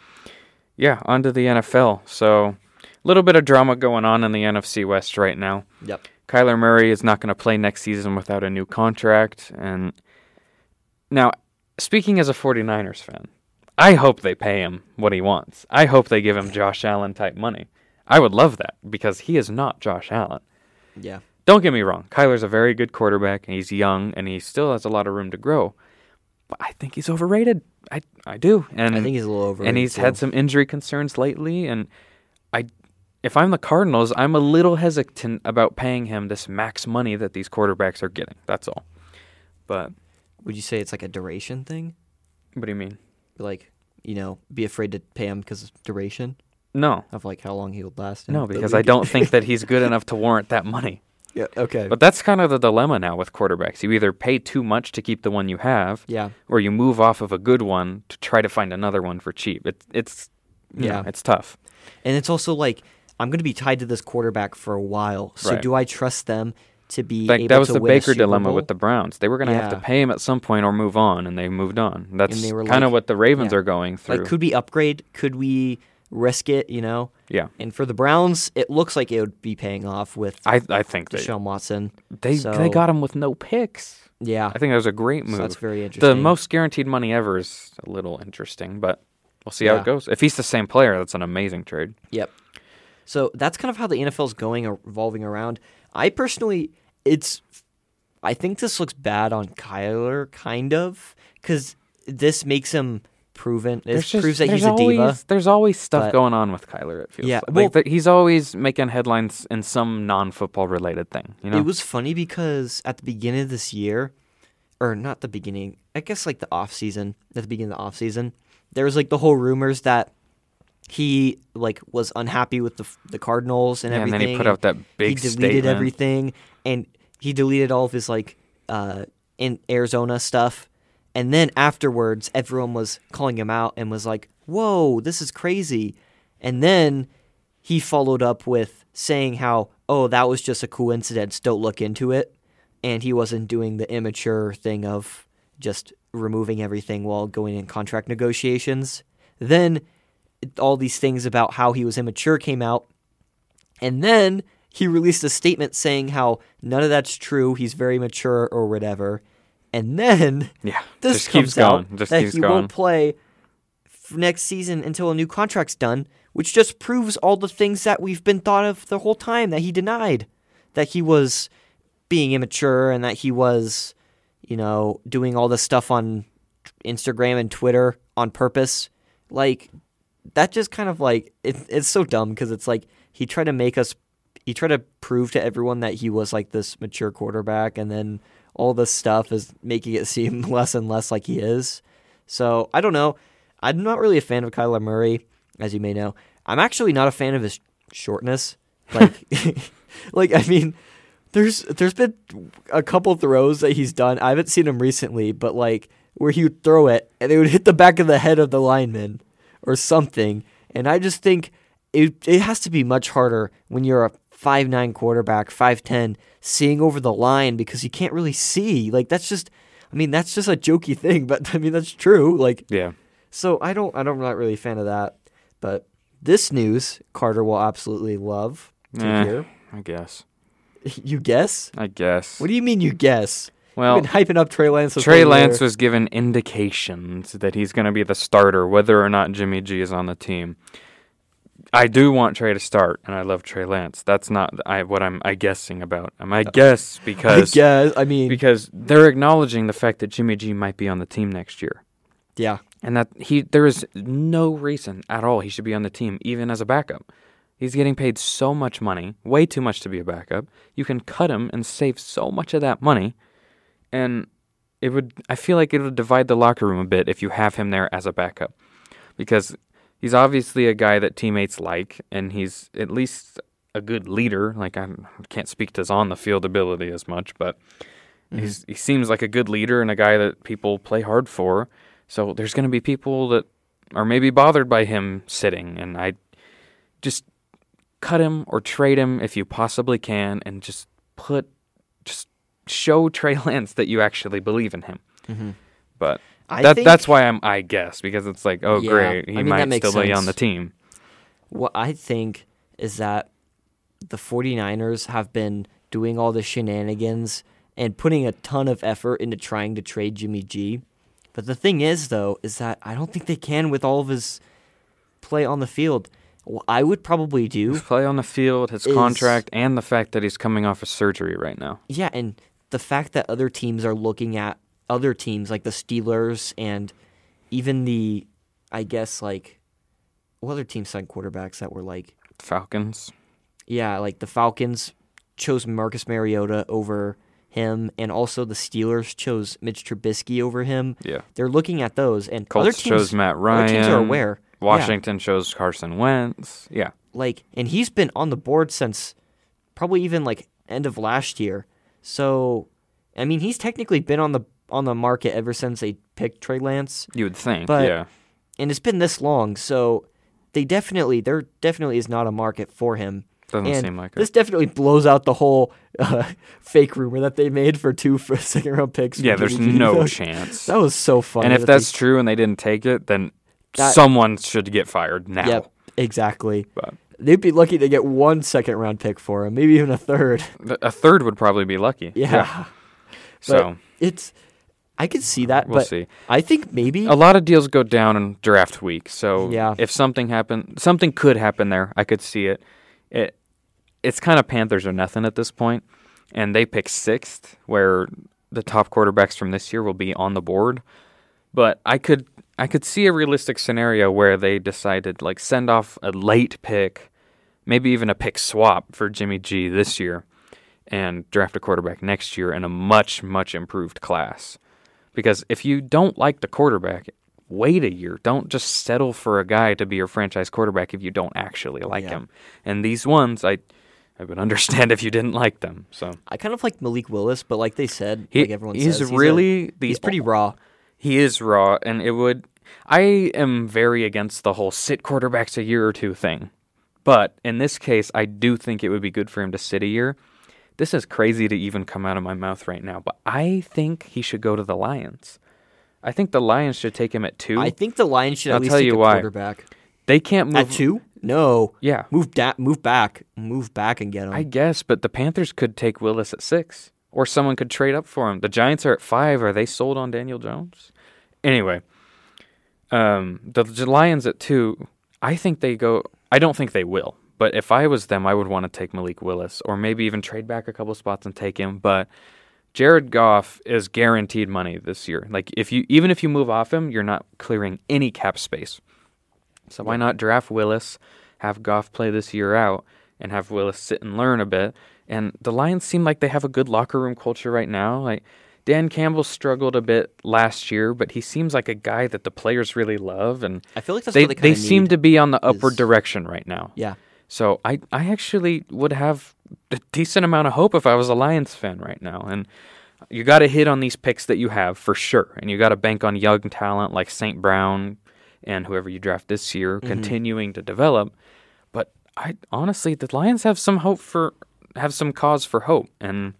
yeah, on to the NFL. So, a little bit of drama going on in the NFC West right now.
Yep.
Kyler Murray is not going to play next season without a new contract. And now, speaking as a 49ers fan, I hope they pay him what he wants. I hope they give him Josh Allen type money. I would love that because he is not Josh Allen.
Yeah.
Don't get me wrong, Kyler's a very good quarterback and he's young and he still has a lot of room to grow. But I think he's overrated. I I do. And
I think he's a little overrated.
Mm. and he's
too.
had some injury concerns lately and i if i'm the cardinals i'm a little hesitant about paying him this max money that these quarterbacks are getting that's all but
Would you say it's like a duration thing?
what do you mean
Like, you know, be afraid to pay him because of duration
no
of like how long he would last. in
no
the
because i
league?
don't think that he's good enough to warrant that money
Yeah. Okay.
but that's kind of the dilemma now with quarterbacks you either pay too much to keep the one you have
yeah.
or you move off of a good one to try to find another one for cheap it, it's yeah
Yeah.
it's tough
And it's also like I'm going to be tied to this quarterback for a while. So
Right.
do I trust them to be
like
able
that was
to
the
win a
Baker
Super
dilemma
Bowl?
with the Browns. They were going to have to
Yeah.
pay him at some point or move on, and they moved on. That's
they
kind
were
of
like-
what the Ravens
yeah.
are going through.
like could we upgrade? Could we risk it, you know?
yeah,
And for the Browns, it looks like it would be paying off with
I I think they
Deshaun Watson.
they
So,
they got him with no picks.
Yeah.
I think that was a great
So
move.
that's very
the
interesting.
most guaranteed money ever is a little interesting, but we'll see how
Yeah.
it goes. If he's the same player, that's an amazing trade.
Yep. So that's kind of how the NFL's going or revolving around. I personally, it's, I think this looks bad on Kyler, kind of, because this makes him proven. This
There's just-
proves that
there's
he's a diva.
always- There's always stuff
but-
going on with Kyler. It feels
Yeah,
like.
well-
Like, th- he's always making headlines in some non-football related thing. You know,
It was funny because at the beginning of this year, or not the beginning, I guess like the off season, at the beginning of the off season, there was like the whole rumors that he like was unhappy with the the Cardinals and
Yeah, and
everything.
then he put out that big
He deleted
statement.
everything, and he deleted all of his like uh in Arizona stuff. And then afterwards, everyone was calling him out and was like, "Whoa, this is crazy!" And then he followed up with saying how, oh, that was just a coincidence. Don't look into it. And he wasn't doing the immature thing of just removing everything while going in contract negotiations. Then it- all these things about how he was immature came out. And then he released a statement saying how none of that's true. He's very mature or whatever. And then
yeah,
this
just
comes
keeps going.
out
Just
that
keeps
he
going.
won't play f- next season until a new contract's done, which just proves all the things that we've been thought of the whole time that he denied, that he was being immature and that he was, you know, doing all this stuff on Instagram and Twitter on purpose. Like that just kind of like it, it's so dumb because it's like he tried to make us he tried to prove to everyone that he was like this mature quarterback and then all this stuff is making it seem less and less like he is so i don't know i'm not really a fan of kyler murray as you may know i'm actually not a fan of his shortness like like i mean there's there's been a couple throws that he's done i haven't seen him recently but like where he would throw it and it would hit the back of the head of the lineman or something. And I just think it it has to be much harder when you're a five nine quarterback, five ten, seeing over the line because you can't really see. Like that's just I mean, that's just a jokey thing, but I mean that's true. Like
Yeah.
so I don't I don't I'm not really a fan of that. But this news Carter will absolutely love to
Eh,
hear.
I guess.
You guess?
I guess.
What do you mean you guess?
well,
You've been hyping up Trey Lance. this
Trey
whole
Lance
year.
was given indications that he's going to be the starter, whether or not Jimmy G is on the team. I do want Trey to start, and I love Trey Lance. That's not I, what I'm I guessing about. Um, I guess
Uh, I
because
guess. I mean,
because they're acknowledging the fact that Jimmy G might be on the team next year,
yeah,
and that he there is no reason at all he should be on the team, even as a backup. He's getting paid so much money, way too much to be a backup. You can cut him and save so much of that money, and it would I feel like it would divide the locker room a bit if you have him there as a backup because he's obviously a guy that teammates like and he's at least a good leader like I can't speak to his on the field ability as much but
Mm-hmm.
he's, he seems like a good leader and a guy that people play hard for so there's going to be people that are maybe bothered by him sitting and I just cut him or trade him if you possibly can and just put just show Trey Lance that you actually believe in him. But
Mm-hmm. I
that
think-
that's why I'm I guess because it's like oh
Yeah,
great
I
he
mean, that
might
makes
still be on
sense.
the team.
What I think is that the 49ers have been doing all the shenanigans and putting a ton of effort into trying to trade Jimmy G. But the thing is, though, is that I don't think they can with all of his play on the field. What I would probably do
His play on the field, his
Is-
contract, and the fact that he's coming off of surgery right now.
Yeah, and the fact that other teams are looking at other teams like the Steelers and even the, I guess like, what other teams signed quarterbacks that were like,
Falcons.
yeah, like the Falcons chose Marcus Mariota over him, and also the Steelers chose Mitch Trubisky over him.
Yeah.
They're looking at those, and
Colts
other teams
chose Matt Ryan.
other teams are aware. Yeah.
Washington chose Carson Wentz. Yeah.
like and he's been on the board since probably even like end of last year. So I mean he's technically been on the on the market ever since they picked Trey Lance
You would think.
But-
yeah.
and it's been this long. So they definitely there definitely is not a market for him.
Doesn't
And
seem like it.
this definitely blows out the whole uh, fake rumor that they made for two for second round picks. for
Yeah, there's
Jimmy G.
no
That-
chance.
That was so funny.
and if
that they-
that's true and they didn't take it, then
That-
someone should get fired now.
yep, exactly.
But
They'd be lucky to get one second round pick for him, maybe even a third.
th- a third would probably be lucky.
yeah. But
So
it's I could see that,
Uh, We'll
but
see. Oh.
I think maybe
a lot of deals go down in draft week. So
Yeah.
if something happened, something could happen there. I could see it. It it's kind of Panthers or nothing at this point, and they pick sixth, where the top quarterbacks from this year will be on the board. But I could I could see a realistic scenario where they decided like send off a late pick, maybe even a pick swap for Jimmy G this year, and draft a quarterback next year in a much much improved class. Because if you don't like the quarterback, wait a year. Don't just settle for a guy to be your franchise quarterback if you don't actually like
Yeah.
him. And these ones, I I would understand if you didn't like them. So
I kind of like Malik Willis, but like they said,
He-
like everyone
he's
says,
really
he's, a,
the
he's pretty raw.
he is raw, and it would. I am very against the whole sit quarterbacks a year or two thing. But in this case, I do think it would be good for him to sit a year. This is crazy to even come out of my mouth right now, but I think he should go to the Lions. I think the Lions should take him at two.
I think the Lions should
I'll
at least
tell
take
you
a
why.
quarterback
they can't move
at two. No,
Yeah.
move da- move back, move back and get him.
I guess, but the Panthers could take Willis at six, or someone could trade up for him. The Giants are at five. Are they sold on Daniel Jones? Anyway, um, the J- Lions at two. I think they go. I don't think they will. But if I was them, I would want to take Malik Willis, or maybe even trade back a couple spots and take him. But Jared Goff is guaranteed money this year. Like if you even if you move off him, you're not clearing any cap space. So why not draft Willis, have Goff play this year out, and have Willis sit and learn a bit? And the Lions seem like they have a good locker room culture right now. Like Dan Campbell struggled a bit last year, but he seems like a guy that the players really love, and
I feel like that's
they
what
they,
they, kinda
seem
need.
to be on the upward
is-
direction right now.
Yeah,
So I, I actually would have a decent amount of hope if I was a Lions fan right now. And you got to hit on these picks that you have for sure. And you got to bank on young talent like St. Brown and whoever you draft this year continuing to develop. But I honestly, the Lions have some hope for, have some cause for hope. And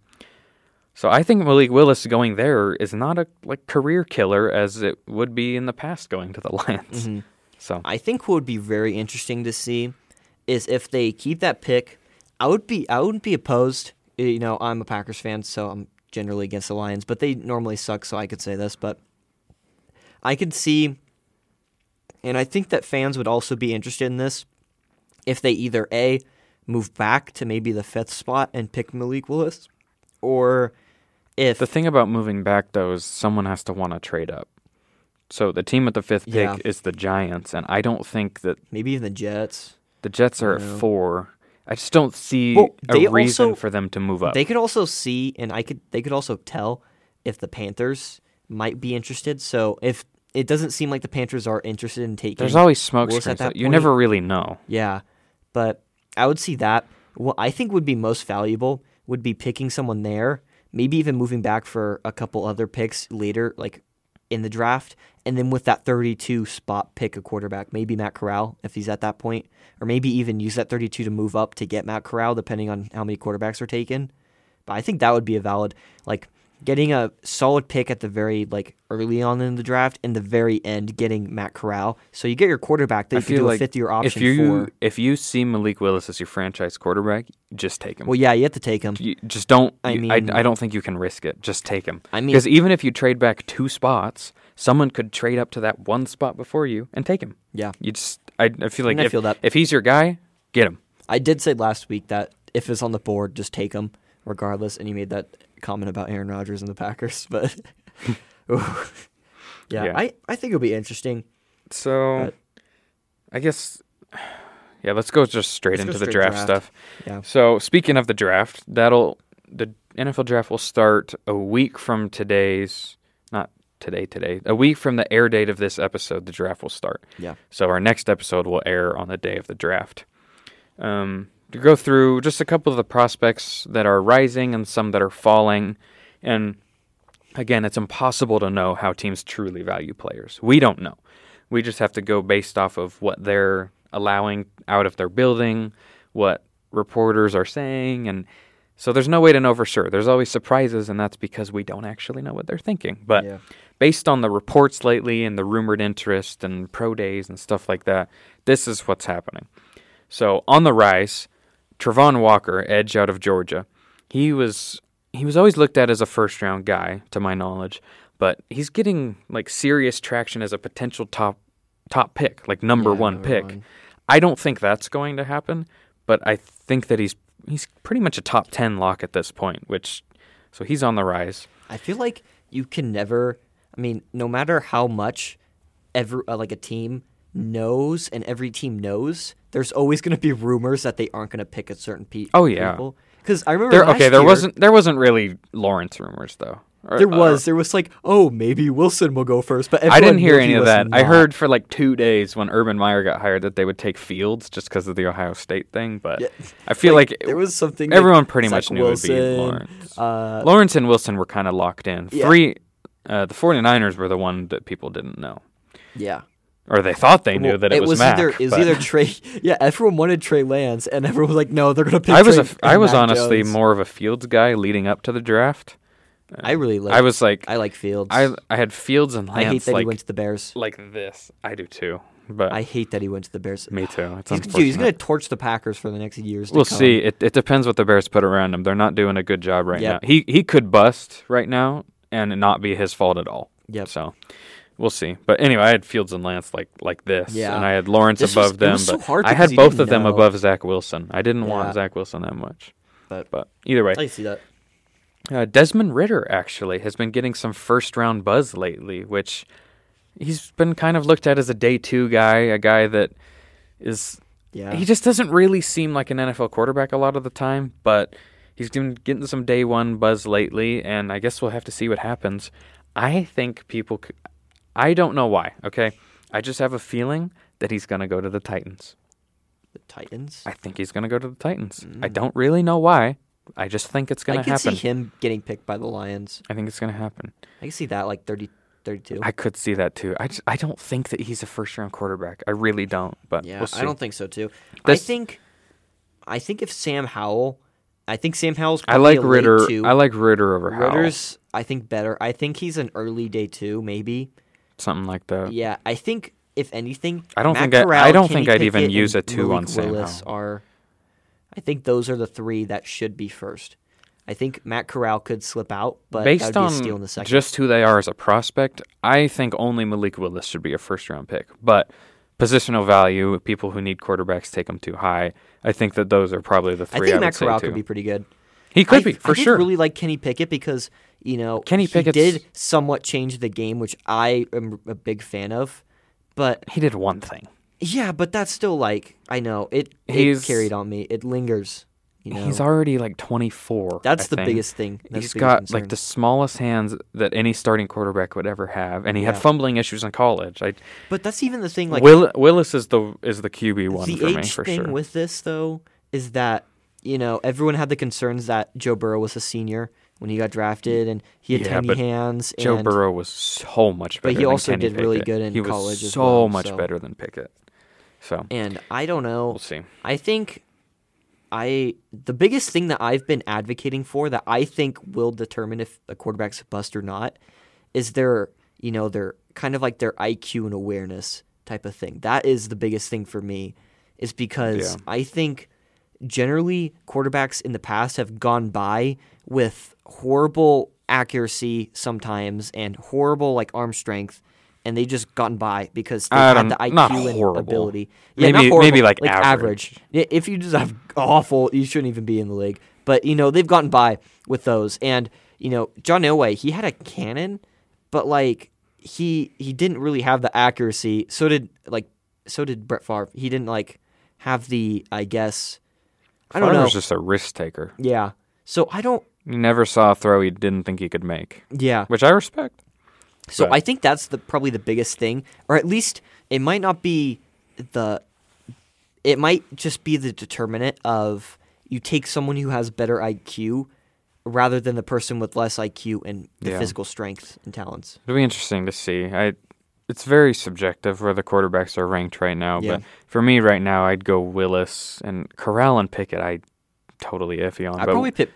so I think Malik Willis going there is not a like career killer as it would be in the past going to the Lions. So
I think what would be very interesting to see is if they keep that pick. I would be I wouldn't be opposed. Uh, You know, I'm a Packers fan, so I'm generally against the Lions, but they normally suck, so I could say this, but I could see and I think that fans would also be interested in this if they either A move back to maybe the fifth spot and pick Malik Willis or if
The thing about moving back though is someone has to want to trade up. So the team at the fifth pick
Yeah.
is the Giants, and I don't think that
maybe even the Jets.
the Jets are
No.
at four. I just don't see
Well, they
a reason
also-
for them to move up.
They could also see, and I could. They could also tell if the Panthers might be interested. So if it doesn't seem like the Panthers are interested in taking,
There's always smoke
Willis
screens.
at
though.
that
You
point-
never really know.
yeah, but I would see that. What I think would be most valuable would be picking someone there, maybe even moving back for a couple other picks later, like in the draft, and then with that 32 spot pick a quarterback, maybe Matt Corral if he's at that point, or maybe even use that 32 to move up to get Matt Corral, depending on how many quarterbacks are taken. But I think that would be a valid like getting a solid pick at the very like early on in the draft and the very end getting Matt Corral. So you get your quarterback that
I
you could
feel
do a
like
fifth year option
if you
for.
if you see Malik Willis as your franchise quarterback, just take him.
Well, yeah, you have to take him.
you just don't.
I
I mean,
mean-
I, don't think you can risk it. Just take him.
I mean-
because even if you trade back two spots, someone could trade up to that one spot before you and take him.
Yeah.
You just, I, I feel like
I
if,
feel that.
if he's your guy, get him.
I did say last week that if it's on the board, just take him regardless. And you made that comment about Aaron Rodgers and the Packers, but yeah,
Yeah.
I, I think it'll be interesting.
So,
But-
I guess, yeah. Let's go just straight
Let's go
into the
straight
draft,
draft.
stuff.
Yeah.
So speaking of the draft, that'll the NFL draft will start a week from today's not today today a week from the air date of this episode. The draft will start.
Yeah.
So our next episode will air on the day of the draft. Um, to go through just a couple of the prospects that are rising and some that are falling, and again, it's impossible to know how teams truly value players. We don't know. We just have to go based off of what they're allowing out of their building, what reporters are saying, and so there's no way to know for sure. There's always surprises, and that's because we don't actually know what they're thinking. But
Yeah.
based on the reports lately and the rumored interest and pro days and stuff like that, this is what's happening. So on the rise, Travon Walker, edge out of Georgia, he was he was always looked at as a first round guy, to my knowledge, but he's getting like serious traction as a potential top top pick, like number
Yeah,
one
number
pick.
one.
I don't think that's going to happen, but I think that he's he's pretty much a top ten lock at this point, which so he's on the rise.
I feel like you can never. I mean, no matter how much ever uh, like a team knows and every team knows, there's always going to be rumors that they aren't going to pick a certain pe-
Oh, yeah.
people. Because I remember
There,
last
okay, there
year,
wasn't there wasn't really Lawrence rumors though. Or- uh,
There
or-
was there was like oh maybe Wilson will go first, but
I
everyone
didn't hear
knew he
any of
was
that. I
not.
heard for like two days when Urban Meyer got hired that they would take Fields just because of the Ohio State thing. But
Yeah.
I feel like,
there was something like
everyone pretty
Zach
much knew it would
Wilson,
be Lawrence.
Uh,
Lawrence and Wilson were kind of locked in.
Yeah.
Three, uh, the 49ers were the one that people didn't know.
yeah,
Or they thought they knew
Well,
that it, was, Mac.
either it was
but
either Trey. Yeah, everyone wanted Trey Lance, and everyone was like, no, they're gonna pick.
I was a
Trey,
f I was
Mac
honestly
Jones.
more of a Fields guy leading up to the draft.
I really like.
I was like
I like Fields.
I I had Fields and
I
Lance
hate that he
like
went to the Bears.
like this. I do too, but
I hate that he went to the Bears.
me too. It's
He's,
unfortunate.
dude, he's gonna torch the Packers for the next years. To
We'll
come.
see. It, it depends what the Bears put around him. They're not doing a good job right
Yep.
now. He he could bust right now and it not be his fault at all.
Yep.
So we'll see. But anyway, I had Fields and Lance like like this,
Yeah.
and I had Lawrence
This was-
above
it
them.
was so
but
hard
I
because
had
you
both
didn't
of them
know.
above Zach Wilson. I didn't
Yeah.
want Zach Wilson that much.
But
But either way,
I can see that.
uh, Desmond Ritter actually has been getting some first round buzz lately, which he's been kind of looked at as a day two guy, a guy that is.
Yeah.
He just doesn't really seem like an NFL quarterback a lot of the time, but he's been getting some day one buzz lately, and I guess we'll have to see what happens. I think people. c I don't know why, okay? I just have a feeling that he's going to go to the Titans.
The Titans.
I think he's going to go to the Titans. I don't really know why. I just think it's going
Mm. I
to
can
happen.
see him getting picked by the Lions.
I think it's going to happen.
I can see that like 30, 32.
I could see that too. I, just, I don't think that he's a first round quarterback. I really don't. But
yeah,
we'll see.
I don't think so too. I
This-
think, I think if Sam Howell, I think Sam Howell's.
I like
probably a late
Ritter.
Two.
I like Ritter over Howell.
Ritter's. I think better. I think he's an early day two, maybe.
Something like that.
Yeah, I think if anything,
I don't
Matt
think I- I
Corral,
don't
Kenny
think I'd even
Pickett,
use
and
a two
Malik
on Sam
Willis
Howell.
Are I think those are the three that should be first. I think Matt Corral could slip out, but
Based
that would
on
be a steal in the second.
just who they are as a prospect, I think only Malik Willis should be a first round pick. But positional value, people who need quarterbacks take them too high. I think that those are probably the
I
three.
think
I,
Matt
would say
Corral
too.
could be pretty good.
He could be
I,
for
I did
sure.
Really like Kenny Pickett because you know
Kenny
he
Pickett's-
did somewhat change the game, which I am a big fan of. But
he did one thing.
yeah, but that's still like I know it. It
He's-
carried on me. It lingers. You know,
He's already like 24.
that's
I
the
think.
biggest thing. That's the
He's
biggest
got
concern.
like the smallest hands that any starting quarterback would ever have, and he had
Yeah.
fumbling issues in college. I
But that's even the thing. Like
Will, Willis is the is the QB one
the
for
age
me for
thing
sure.
with this though is that you know everyone had the concerns that Joe Burrow was a senior when he got drafted and he had
Yeah,
tiny
but
hands.
Joe
and
Burrow was so much better.
But he
than
also
Kenny
did really
Pickett.
good in
he was
college as
so
well,
much
so-
better than Pickett. So
And I don't
we'll
know.
see.
I think I the biggest thing that I've been advocating for that I think will determine if a quarterback's a bust or not is their you know their kind of like their IQ and awareness type of thing. That is the biggest thing for me, is because
Yeah.
I think generally quarterbacks in the past have gone by with horrible accuracy sometimes and horrible like arm strength. And they just gotten by because they
I
had
don't-
the IQ
not
and
horrible.
ability.
Maybe-
horrible,
maybe, like, average.
yeah, if you just have awful, you shouldn't even be in the league. But you know they've gotten by with those, and you know John Elway, he had a cannon, but like he he didn't really have the accuracy. So did like so did Brett Favre. He didn't like have the I guess I don't know.
Favre's just a risk taker.
yeah. So I don't.
You never saw a throw he didn't think he could make,
Yeah.
which I respect.
So
Right.
I think that's the probably the biggest thing, or at least it might not be the. It might just be the determinant of you take someone who has better IQ rather than the person with less IQ and the
Yeah.
physical strength and talents.
It'll be interesting to see. I it's very subjective where the quarterbacks are ranked right now,
Yeah.
but for me right now I'd go Willis and Corral and Pickett I totally iffy on.
I
Um, but
probably pick,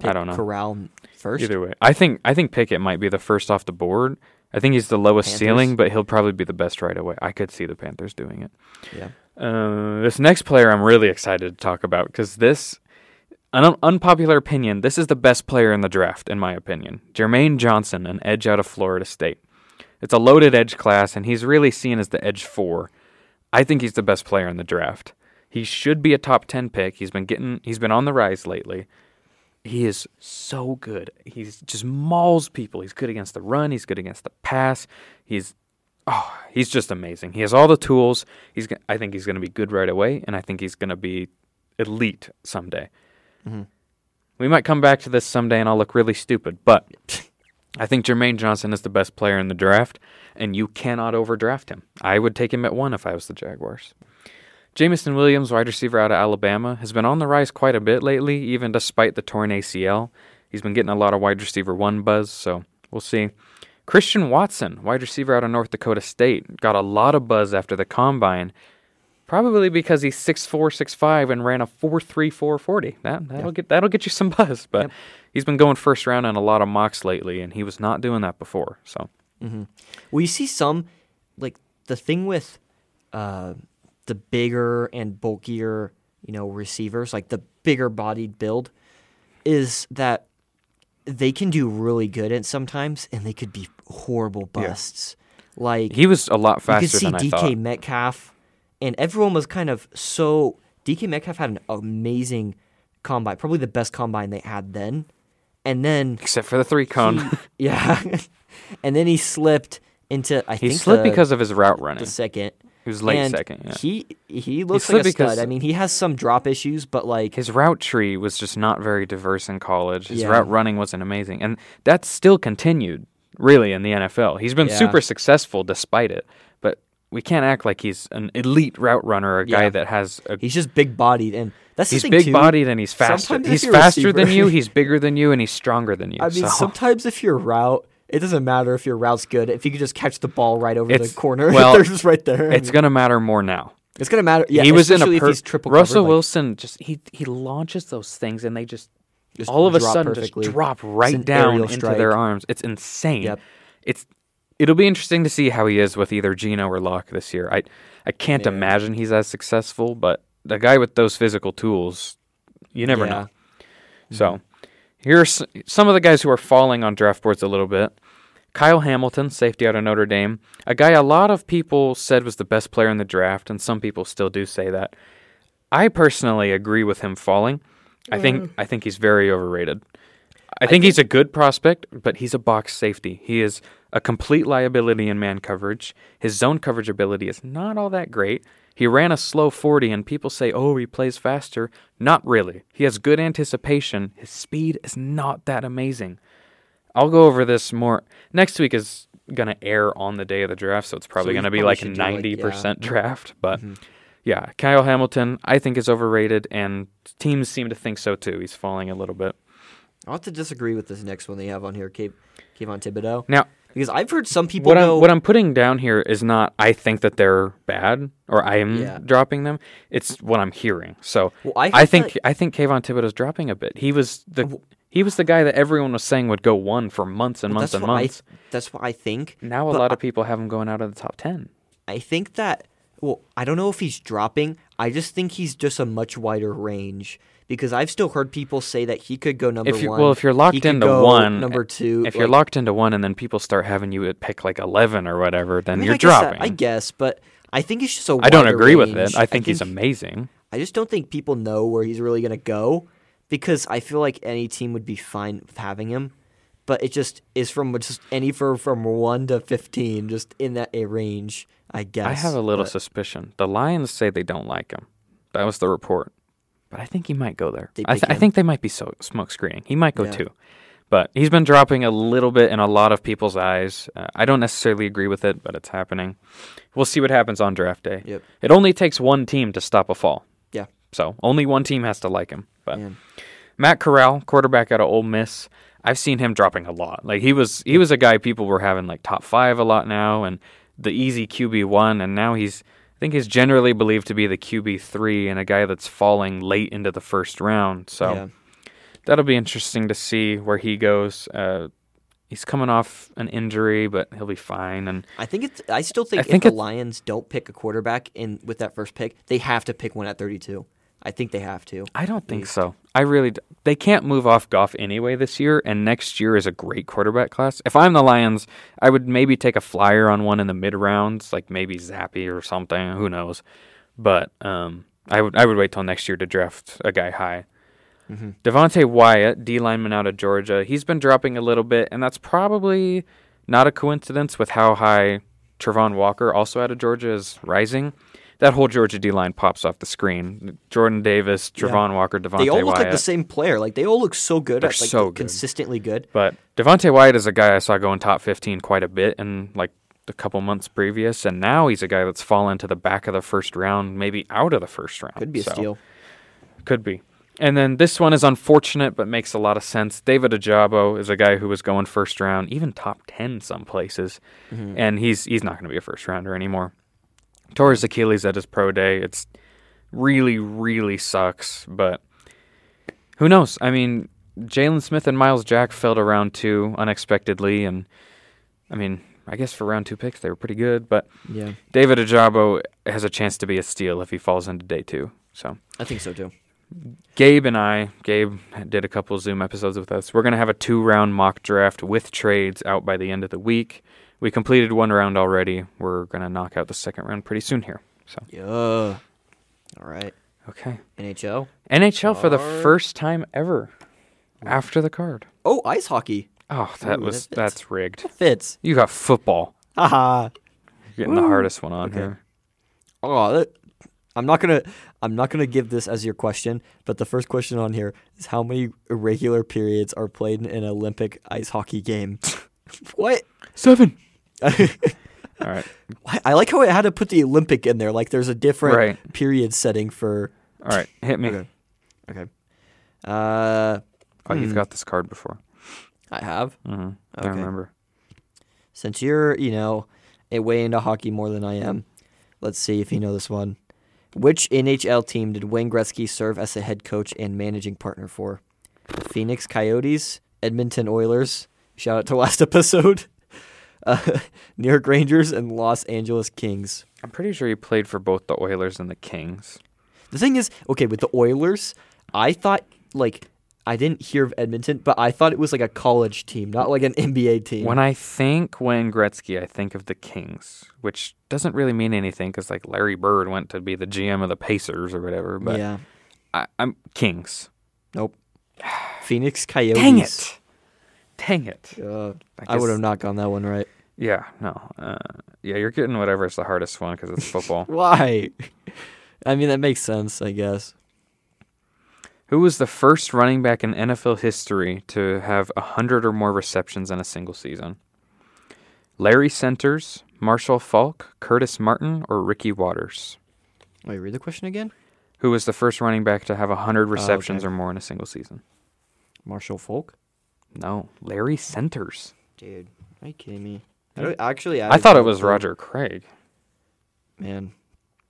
I
pick
don't know.
Corral first.
either way. I think I think Pickett might be the first off the board. I think he's the lowest
Panthers?
ceiling, but he'll probably be the best right away. I could see the Panthers doing it.
Yeah.
Uh, this next player I'm really excited to talk about because this, an unpopular opinion, this is the best player in the draft, in my opinion. Jermaine Johnson, an edge out of Florida State. It's a loaded edge class, and he's really seen as the edge four. I think he's the best player in the draft. He should be a top ten pick. He's been getting, he's been on the rise lately. He is so good. He's just mauls people. He's good against the run. He's good against the pass. He's oh, he's just amazing. He has all the tools. He's go- I think he's going to be good right away, and I think he's going to be elite someday. We might come back to this someday, and I'll look really stupid, but I think Jermaine Johnson is the best player in the draft, and you cannot overdraft him. I would take him at one if I was the Jaguars. Jamison Williams, wide receiver out of Alabama, has been on the rise quite a bit lately, even despite the torn ACL. He's been getting a lot of wide receiver one buzz, so we'll see. Christian Watson, wide receiver out of North Dakota State, got a lot of buzz after the combine, probably because he's 6'4", 6'5", and ran a 4.3440. That that'll get that'll get you some buzz, but he's been going first round in a lot of mocks lately, and he was not doing that before. So
Well, you see some, like the thing with uh, the bigger and bulkier, you know, receivers, like the bigger bodied build, is that they can do really good at sometimes, and they could be horrible busts. Like
he was a lot
you could
faster
see
than I
DK
thought.
Metcalf, and everyone was kind of so. DK Metcalf had an amazing combine, probably the best combine they had then, and then
Except for the three cone.
he- yeah, and then he slipped into I
He
think
slipped
the-
because of his route running.
the second.
He was late
And
second, yeah.
He he looks
slipped
like a
because-
stud. I mean, he has some drop issues, but like
His route tree was just not very diverse in college. His
Yeah.
route running wasn't amazing. And that's still continued, really, in the NFL. He's been
Yeah.
super successful despite it. But we can't act like he's an elite route runner, a guy
Yeah.
that has a.
he's just big bodied, and that's
He's
the thing too.
big bodied and he's faster.
sometimes if
He's
you're a
faster than
receiver-
you, he's bigger than you, and he's stronger than you.
I mean,
so
sometimes if your route, it doesn't matter if your route's good. If you could just catch the ball right over
It's-
the corner,
well,
they're just right there.
it's going to matter more now.
it's gonna matter. Yeah,
he was in a
especially
per-
if he's triple
Russell
covered, like,
Wilson just he he launches those things and they just,
Just
all of a
drop
sudden
perfectly.
just drop
an
right down
aerial
into
strike.
their arms. It's insane.
Yep.
It's it'll be interesting to see how he is with either Geno or Locke this year. I I can't
Yeah.
imagine he's as successful, but the guy with those physical tools, you never
Yeah. Mm-hmm.
know. So here are s- some of the guys who are falling on draft boards a little bit. Kyle Hamilton, safety out of Notre Dame, a guy a lot of people said was the best player in the draft, and some people still do say that. I personally agree with him falling. I
Mm.
think I think he's very overrated. I think he's a good prospect, but he's a box safety. He is a complete liability in man coverage. His zone coverage ability is not all that great, He ran a slow 40, and people say, oh, he plays faster. Not really. He has good anticipation. His speed is not that amazing. I'll go over this more. Next week is going to air on the day of the draft, so it's probably
we
going to be
probably
like
should do, like,
90%
yeah. Mm-hmm.
draft. But yeah, Kyle Hamilton, I think, is overrated, and teams seem to think so too. He's falling a little bit.
I'll have to disagree with this next one they have on here, Kev- Kayvon Thibodeau.
Now,
because I've heard some people
what
go,
I'm what I'm putting down here is not I think that they're bad or I am
Yeah.
dropping them. It's what I'm hearing. So
Well, I
I,
heard
think I think Kayvon Thibodeau's dropping a bit. He was the he was the guy that everyone was saying would go one for months and months
that's,
and
what I,
months.
that's what I think.
now a lot of people have him going out of the top ten.
I think that well, I don't know if he's dropping. I just think he's just a much wider range because I've still heard people say that he could go number
If you
one.
well, if you're
he
locked
could
into
go
one, eh,
number two.
If you're
like-
locked into one, and then people start having you at pick like eleven or whatever, then
I mean,
you're
I guess that-
dropping.
I guess, but I think it's just a.
I don't
wider
agree with
range.
it. I think, he's amazing.
I just don't think people know where he's really going to go because I feel like any team would be fine with having him. But it just is from just any for from one to fifteen, just in that a range, I guess.
I have a little
But
suspicion. The Lions say they don't like him. That was the report. But I think he might go there.
They
I, th-
pick
I
him.
think they might be so- smoke screening. He might go
Yeah.
too. But he's been dropping a little bit in a lot of people's eyes. Uh, I don't necessarily agree with it, but it's happening. We'll see what happens on draft day.
Yep.
It only takes one team to stop a fall.
yeah,
So only one team has to like him. But
Man.
Matt Corral, quarterback out of Ole Miss, I've seen him dropping a lot. Like he was he was a guy people were having like top five a lot now and the easy QB one and now he's I think he's generally believed to be the QB three and a guy that's falling late into the first round. So
yeah.
that'll be interesting to see where he goes. Uh, he's coming off an injury, but he'll be fine and
I think it's. I still think,
I think
if the
it's-
Lions don't pick a quarterback in with that first pick, they have to pick one at thirty-two. I think they have to.
I don't think so. I really d- they can't move off Goff anyway this year, and next year is a great quarterback class. If I'm the Lions, I would maybe take a flyer on one in the mid rounds, like maybe Zappy or something. Who knows? But um, I would I would wait till next year to draft a guy high. Devonte Wyatt, D lineman out of Georgia, he's been dropping a little bit, and that's probably not a coincidence with how high Trevon Walker, also out of Georgia, is rising. That whole Georgia D line pops off the screen. Jordan Davis, Trevon Walker, Devonte
they all look
Wyatt.
like the same player. Like they all look so good.
They're
at, like,
so good.
consistently good.
But Devonte Wyatt is a guy I saw going top 15 quite a bit in like a couple months previous, and now he's a guy that's fallen to the back of the first round, maybe out of the first round.
Could be a
So-
steal.
Could be. And then this one is unfortunate, but makes a lot of sense. David Ajabo is a guy who was going first round, even top ten some places, and he's he's not going to be a first rounder anymore. Tore his Achilles at his pro day. It's really really sucks, but who knows? I mean, Jalen Smith and Miles Jack fell to round two unexpectedly, and I mean, I guess for round two picks they were pretty good, but
Yeah,
David Ajabo has a chance to be a steal if he falls into day two. So.
I think so too.
Gabe and I, Gabe did a couple Zoom episodes with us. We're going to have a two round mock draft with trades out by the end of the week. We completed one round already. We're going to knock out the second round pretty soon here. So,
Yeah. All right.
okay.
NHL.
NHL for the
Card.
first time ever after the card.
Oh, ice hockey.
Oh, that
Ooh,
was,
that fits.
that's rigged.
Fits.
You got football.
Haha.
You're getting the hardest one on here.
Oh, that, I'm not gonna. I'm not gonna give this as your question, but the first question on here is how many irregular periods are played in an Olympic ice hockey game? what?
Seven. All right.
I I like how it had to put the Olympic in there. Like there's a different
Right.
period setting for.
All right. Hit me.
Okay. Okay. Uh,
Oh, you've got this card before.
I have.
hmm I
Okay.
remember.
Since you're, you know, a way into hockey more than I am, let's see if you know this one. Which NHL team did Wayne Gretzky serve as a head coach and managing partner for? Phoenix Coyotes, Edmonton Oilers. Shout out to last episode. Uh, New York Rangers and Los Angeles Kings.
I'm pretty sure you played for both the Oilers and the Kings.
The thing is, okay, with the Oilers, I thought like I didn't hear of Edmonton, but I thought it was like a college team, not like an NBA team.
When I think Wayne Gretzky, I think of the Kings, which doesn't really mean anything because like Larry Bird went to be the GM of the Pacers or whatever. But
yeah.
I, I'm Kings.
Nope. Phoenix Coyotes.
Dang it! Dang it!
Uh,
I
I would
guess-
have not gone that one right.
Yeah, no. Uh, yeah, you're getting whatever's the hardest one because it's football.
Why? I mean, that makes sense, I guess.
Who was the first running back in NFL history to have 100 or more receptions in a single season? Larry Centers, Marshall Falk, Curtis Martin, or Ricky Waters?
Wait, read the question again.
Who was the first running back to have 100 receptions
Oh, okay.
or more in a single season?
Marshall Folk.
No, Larry Centers.
Dude, are you kidding me? I don't, actually, I,
I thought it
don't
was
know.
Roger Craig,
Man,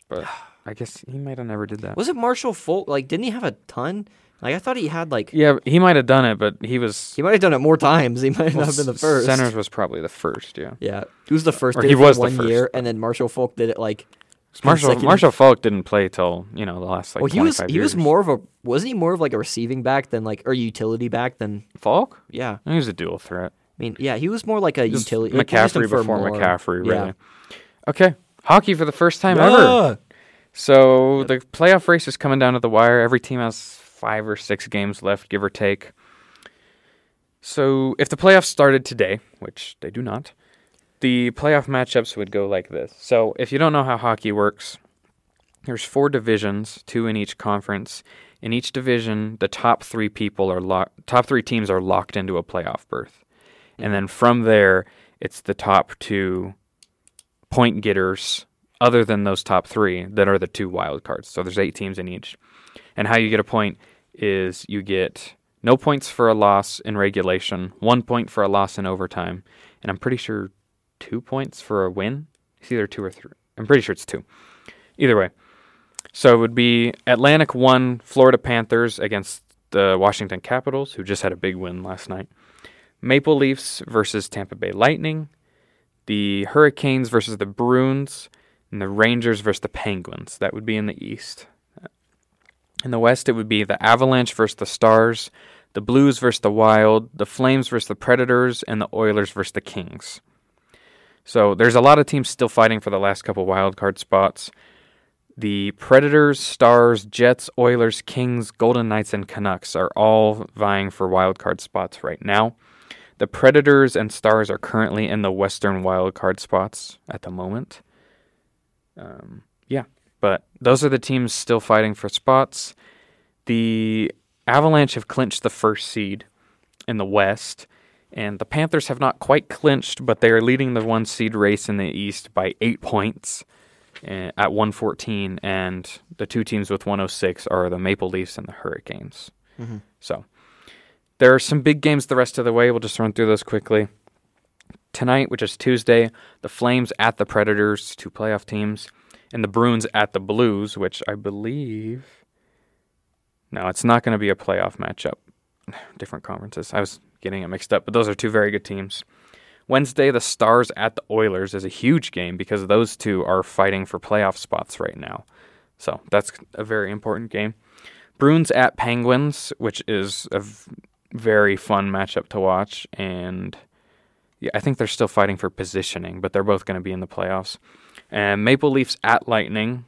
but I guess he might have never did that.
was it Marshall Folk? Like, didn't he have a ton? Like, I thought he had like
Yeah, he might have done it, but he was.
he might have done it more times. He might
well,
not have been the
S-
first.
Centers was probably the first, yeah.
Yeah, he was the first.
Or
did
he
it for
was the
one
first,
year, and then Marshall Folk did it like.
Marshall
consecutive-
Marshall Falk didn't play till you know the last like.
well, he was
25
he was
years.
more of a wasn't he more of like a receiving back than like or utility back than
Falk.
yeah.
He was a dual threat.
I mean, yeah, he was more like a
Just
utility. like, we used him
McCaffrey
for
before
more.
McCaffrey,
Yeah.
really. Okay, hockey for the first time
Yeah.
ever. So the playoff race is coming down to the wire. Every team has five or six games left, give or take. So if the playoffs started today, which they do not, the playoff matchups would go like this. So if you don't know how hockey works, there's four divisions, two in each conference. In each division, the top three people are locked. Top three teams are locked into a playoff berth, and then from there, it's the top two point getters other than those top three that are the two wild cards. So there's eight teams in each. And how you get a point is you get no points for a loss in regulation, one point for a loss in overtime, and I'm pretty sure two points for a win. It's either two or three. I'm pretty sure it's two. Either way. So it would be Atlantic 1, Florida Panthers against the Washington Capitals, who just had a big win last night. Maple Leafs versus Tampa Bay Lightning the Hurricanes versus the Bruins, and the Rangers versus the Penguins. That would be in the East. In the West, it would be the Avalanche versus the Stars, the Blues versus the Wild, the Flames versus the Predators, and the Oilers versus the Kings. So there's a lot of teams still fighting for the last couple wild card spots. The Predators, Stars, Jets, Oilers, Kings, Golden Knights, and Canucks are all vying for wild card spots right now. The Predators and Stars are currently in the Western wild card spots at the moment. Um, yeah, but those are the teams still fighting for spots. The Avalanche have clinched the first seed in the West, and the Panthers have not quite clinched, but they are leading the one seed race in the East by eight points eh, at 114, and the two teams with 106 are the Maple Leafs and the Hurricanes. So there are some big games the rest of the way. We'll just run through those quickly. Tonight, which is Tuesday, the Flames at the Predators, two playoff teams, and the Bruins at the Blues, which I believe. No, it's not going to be a playoff matchup. Different conferences. I was getting it mixed up, but those are two very good teams. Wednesday, the Stars at the Oilers is a huge game because those two are fighting for playoff spots right now. So that's a very important game. Bruins at Penguins, which is a v- very fun matchup to watch, and yeah, I think they're still fighting for positioning, but they're both going to be in the playoffs. And Maple Leafs at Lightning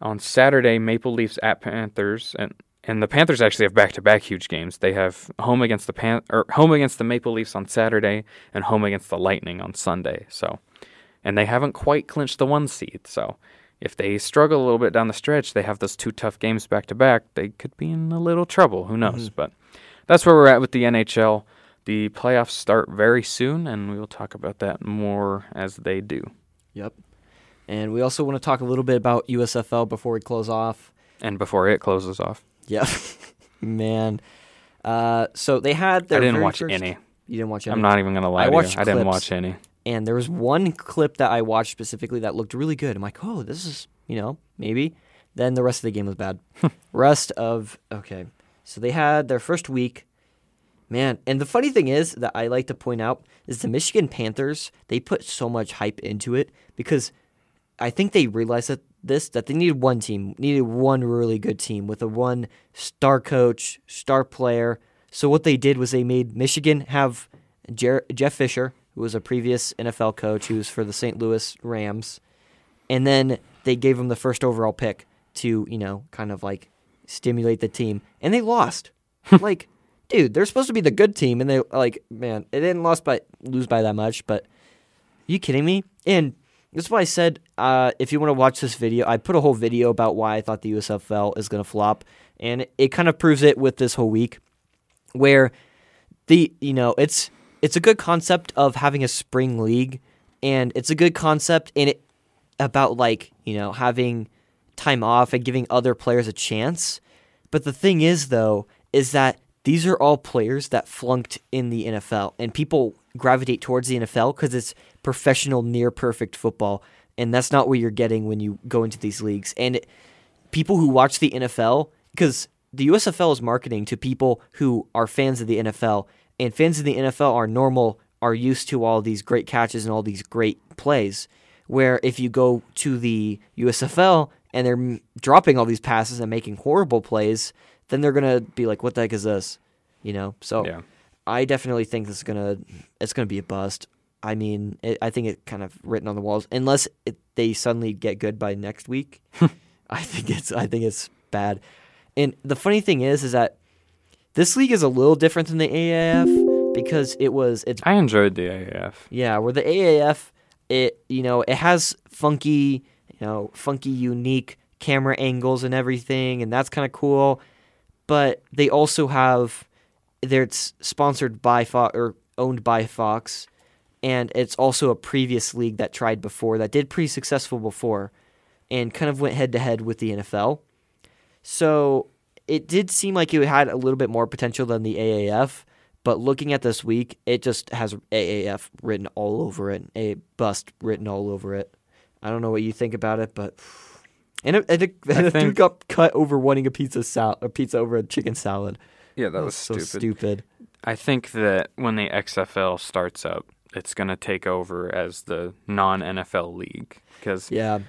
on Saturday. Maple Leafs at Panthers, and and the Panthers actually have back-to-back huge games. They have home against the Pan or home against the Maple Leafs on Saturday, and home against the Lightning on Sunday. So, and they haven't quite clinched the one seed. So, if they struggle a little bit down the stretch, they have those two tough games back to back. They could be in a little trouble. Who knows?
Mm-hmm.
But that's where we're at with the NHL. The playoffs start very soon, and we will talk about that more as they do.
Yep. And we also want to talk a little bit about USFL before we close off.
And before it closes off,
Yep. Man. Uh, so they had their
I didn't
very
watch
first-
any.
You didn't watch any.
I'm not even gonna lie
I
to
watched
you. I didn't
clips.
watch any.
And there was one clip that I watched specifically that looked really good. I'm like, oh, this is, you know, maybe. Then the rest of the game was bad. rest of, okay. So they had their first week. Man, and the funny thing is that I like to point out is the Michigan Panthers, they put so much hype into it because I think they realized that this that they needed one team, needed one really good team with a one star coach, star player. So what they did was they made Michigan have Jer- Jeff Fisher, who was a previous NFL coach, who was for the St. Louis Rams, and then they gave him the first overall pick to you know kind of like stimulate the team, and they lost. like, dude, they're supposed to be the good team, and they like man, they didn't lost by lose by that much, but you kidding me? And that's why I said uh, if you want to watch this video, I put a whole video about why I thought the USFL is going to flop, and it kind of proves it with this whole week, where the you know it's it's a good concept of having a spring league, and it's a good concept and it about like you know having time off and giving other players a chance. But the thing is, though, is that these are all players that flunked in the NFL, and people gravitate towards the NFL because it's professional, near perfect football, and that's not what you're getting when you go into these leagues. And it- people who watch the NFL, because the USFL is marketing to people who are fans of the NFL, and fans of the NFL are normal, are used to all these great catches and all these great plays. Where if you go to the USFL and they're m- dropping all these passes and making horrible plays, then they're gonna be like, "What the heck is this?" You know. So
Yeah.
I definitely think this is gonna it's gonna be a bust. I mean, it, I think it kind of written on the walls. Unless it, they suddenly get good by next week, I think it's I think it's bad. And the funny thing is, is that this league is a little different than the AAF because it was it's
I enjoyed the AAF.
yeah, where the AAF, it you know, it has funky, you know, funky unique camera angles and everything, and that's kind of cool. But they also have, they're it's sponsored by Fox or owned by Fox, and it's also a previous league that tried before that did pretty successful before, and kind of went head to head with the NFL. So it did seem like it had a little bit more potential than the AAF, but looking at this week, it just has AAF written all over it, a bust written all over it. I don't know what you think about it, but and a, and a, and a dude
think-
got cut over wanting a pizza sal- a pizza over a chicken salad.
Yeah, that, was,
so
stupid.
stupid.
I think that when the XFL starts up, it's going to take over as the non NFL league because
Yeah,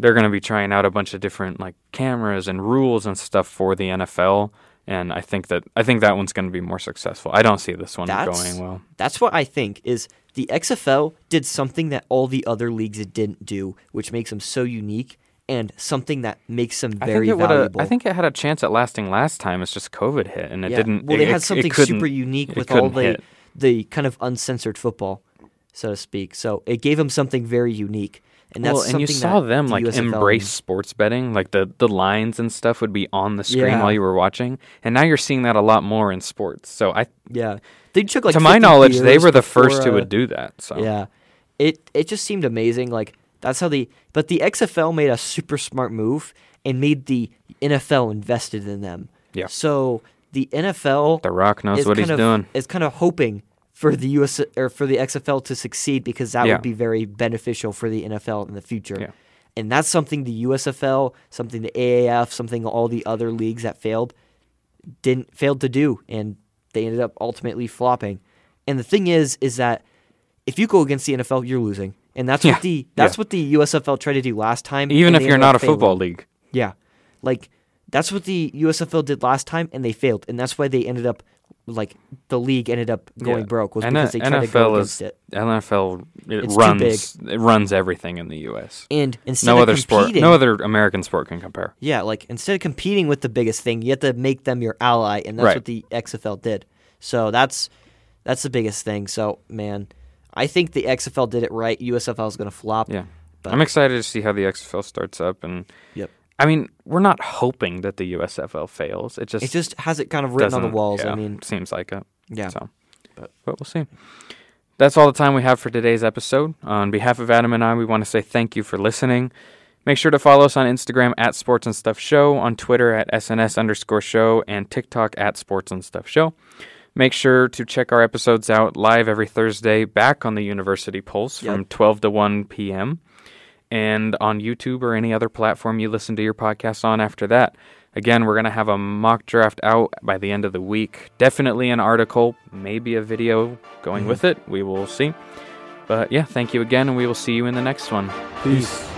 they're going to be trying out a bunch of different like cameras and rules and stuff for the NFL. And I think that I think that one's going to be more successful. I don't see this one
That's-
going well.
that's what I think is the XFL did something that all the other leagues didn't do, which makes them so unique and something that makes them
I
very
think, it would've-
valuable.
I think it had a chance at lasting last time. It's just COVID hit and it
Yeah.
didn't.
Well,
it,
they had
it- it
something
couldn't-
super unique
it
with all
couldn't
the
hit.
the kind of uncensored football, so to speak. So it gave them something very unique, and that's
well, and you
something
saw
that
them
the
like
USFL
embrace sports betting, like the the lines and stuff would be on the screen
Yeah.
while you were watching, and now you're seeing that a lot more in sports. So I,
Yeah, they took like
to my
50
knowledge, they
years
were the
before,
first who
uh,
would do that. So
Yeah, it it just seemed amazing. Like that's how the but the XFL made a super smart move and made the NFL invested in them.
Yeah.
So the NFL
The Rock knows
is
what he's
kind of,
doing.
Is kind of hoping for the US or for the XFL to succeed because that
Yeah.
would be very beneficial for the NFL in the future.
Yeah.
And that's something the USFL, something the AAF, something all the other leagues that failed didn't failed to do and they ended up ultimately flopping. And the thing is is that if you go against the NFL, you're losing. And that's
Yeah.
what the that's
Yeah.
what the USFL tried to do last time.
Even
and
if
they
you're
ended
not
up
a
failing.
football league,
Yeah. Like that's what the USFL did last time and they failed. And that's why they ended up like the league ended up going
Yeah.
broke was
N-
because they tried to
NFL
go
is
against it.
NFL it
It's too
runs it runs everything in the U.S.
And instead
No
of
other sport,
competing,
no other American sport can compare.
yeah, like instead of competing with the biggest thing, you have to make them your ally, and that's
Right.
what the XFL did. So that's that's the biggest thing. So man, I think the XFL did it right. USFL is going to flop.
Yeah,
But-
I'm excited to see how the XFL starts up, and
Yep.
I mean, we're not hoping that the USFL fails. It just
It just has it kind of written on the
doesn't-
walls.
yeah,
I mean,
seems like it.
yeah.
So, but, we'll see. That's all the time we have for today's episode. On behalf of Adam and I, we want to say thank you for listening. Make sure to follow us on Instagram at Sports and Stuff Show, on Twitter at SNS underscore show, and TikTok at Sports and Stuff Show. Make sure to check our episodes out live every Thursday back on the University Pulse from
Yep.
12 to 1 p.m. and on YouTube or any other platform you listen to your podcast on after that. Again, we're going to have a mock draft out by the end of the week. Definitely an article, maybe a video going with it. We will see. But yeah, thank you again, and we will see you in the next one.
Peace.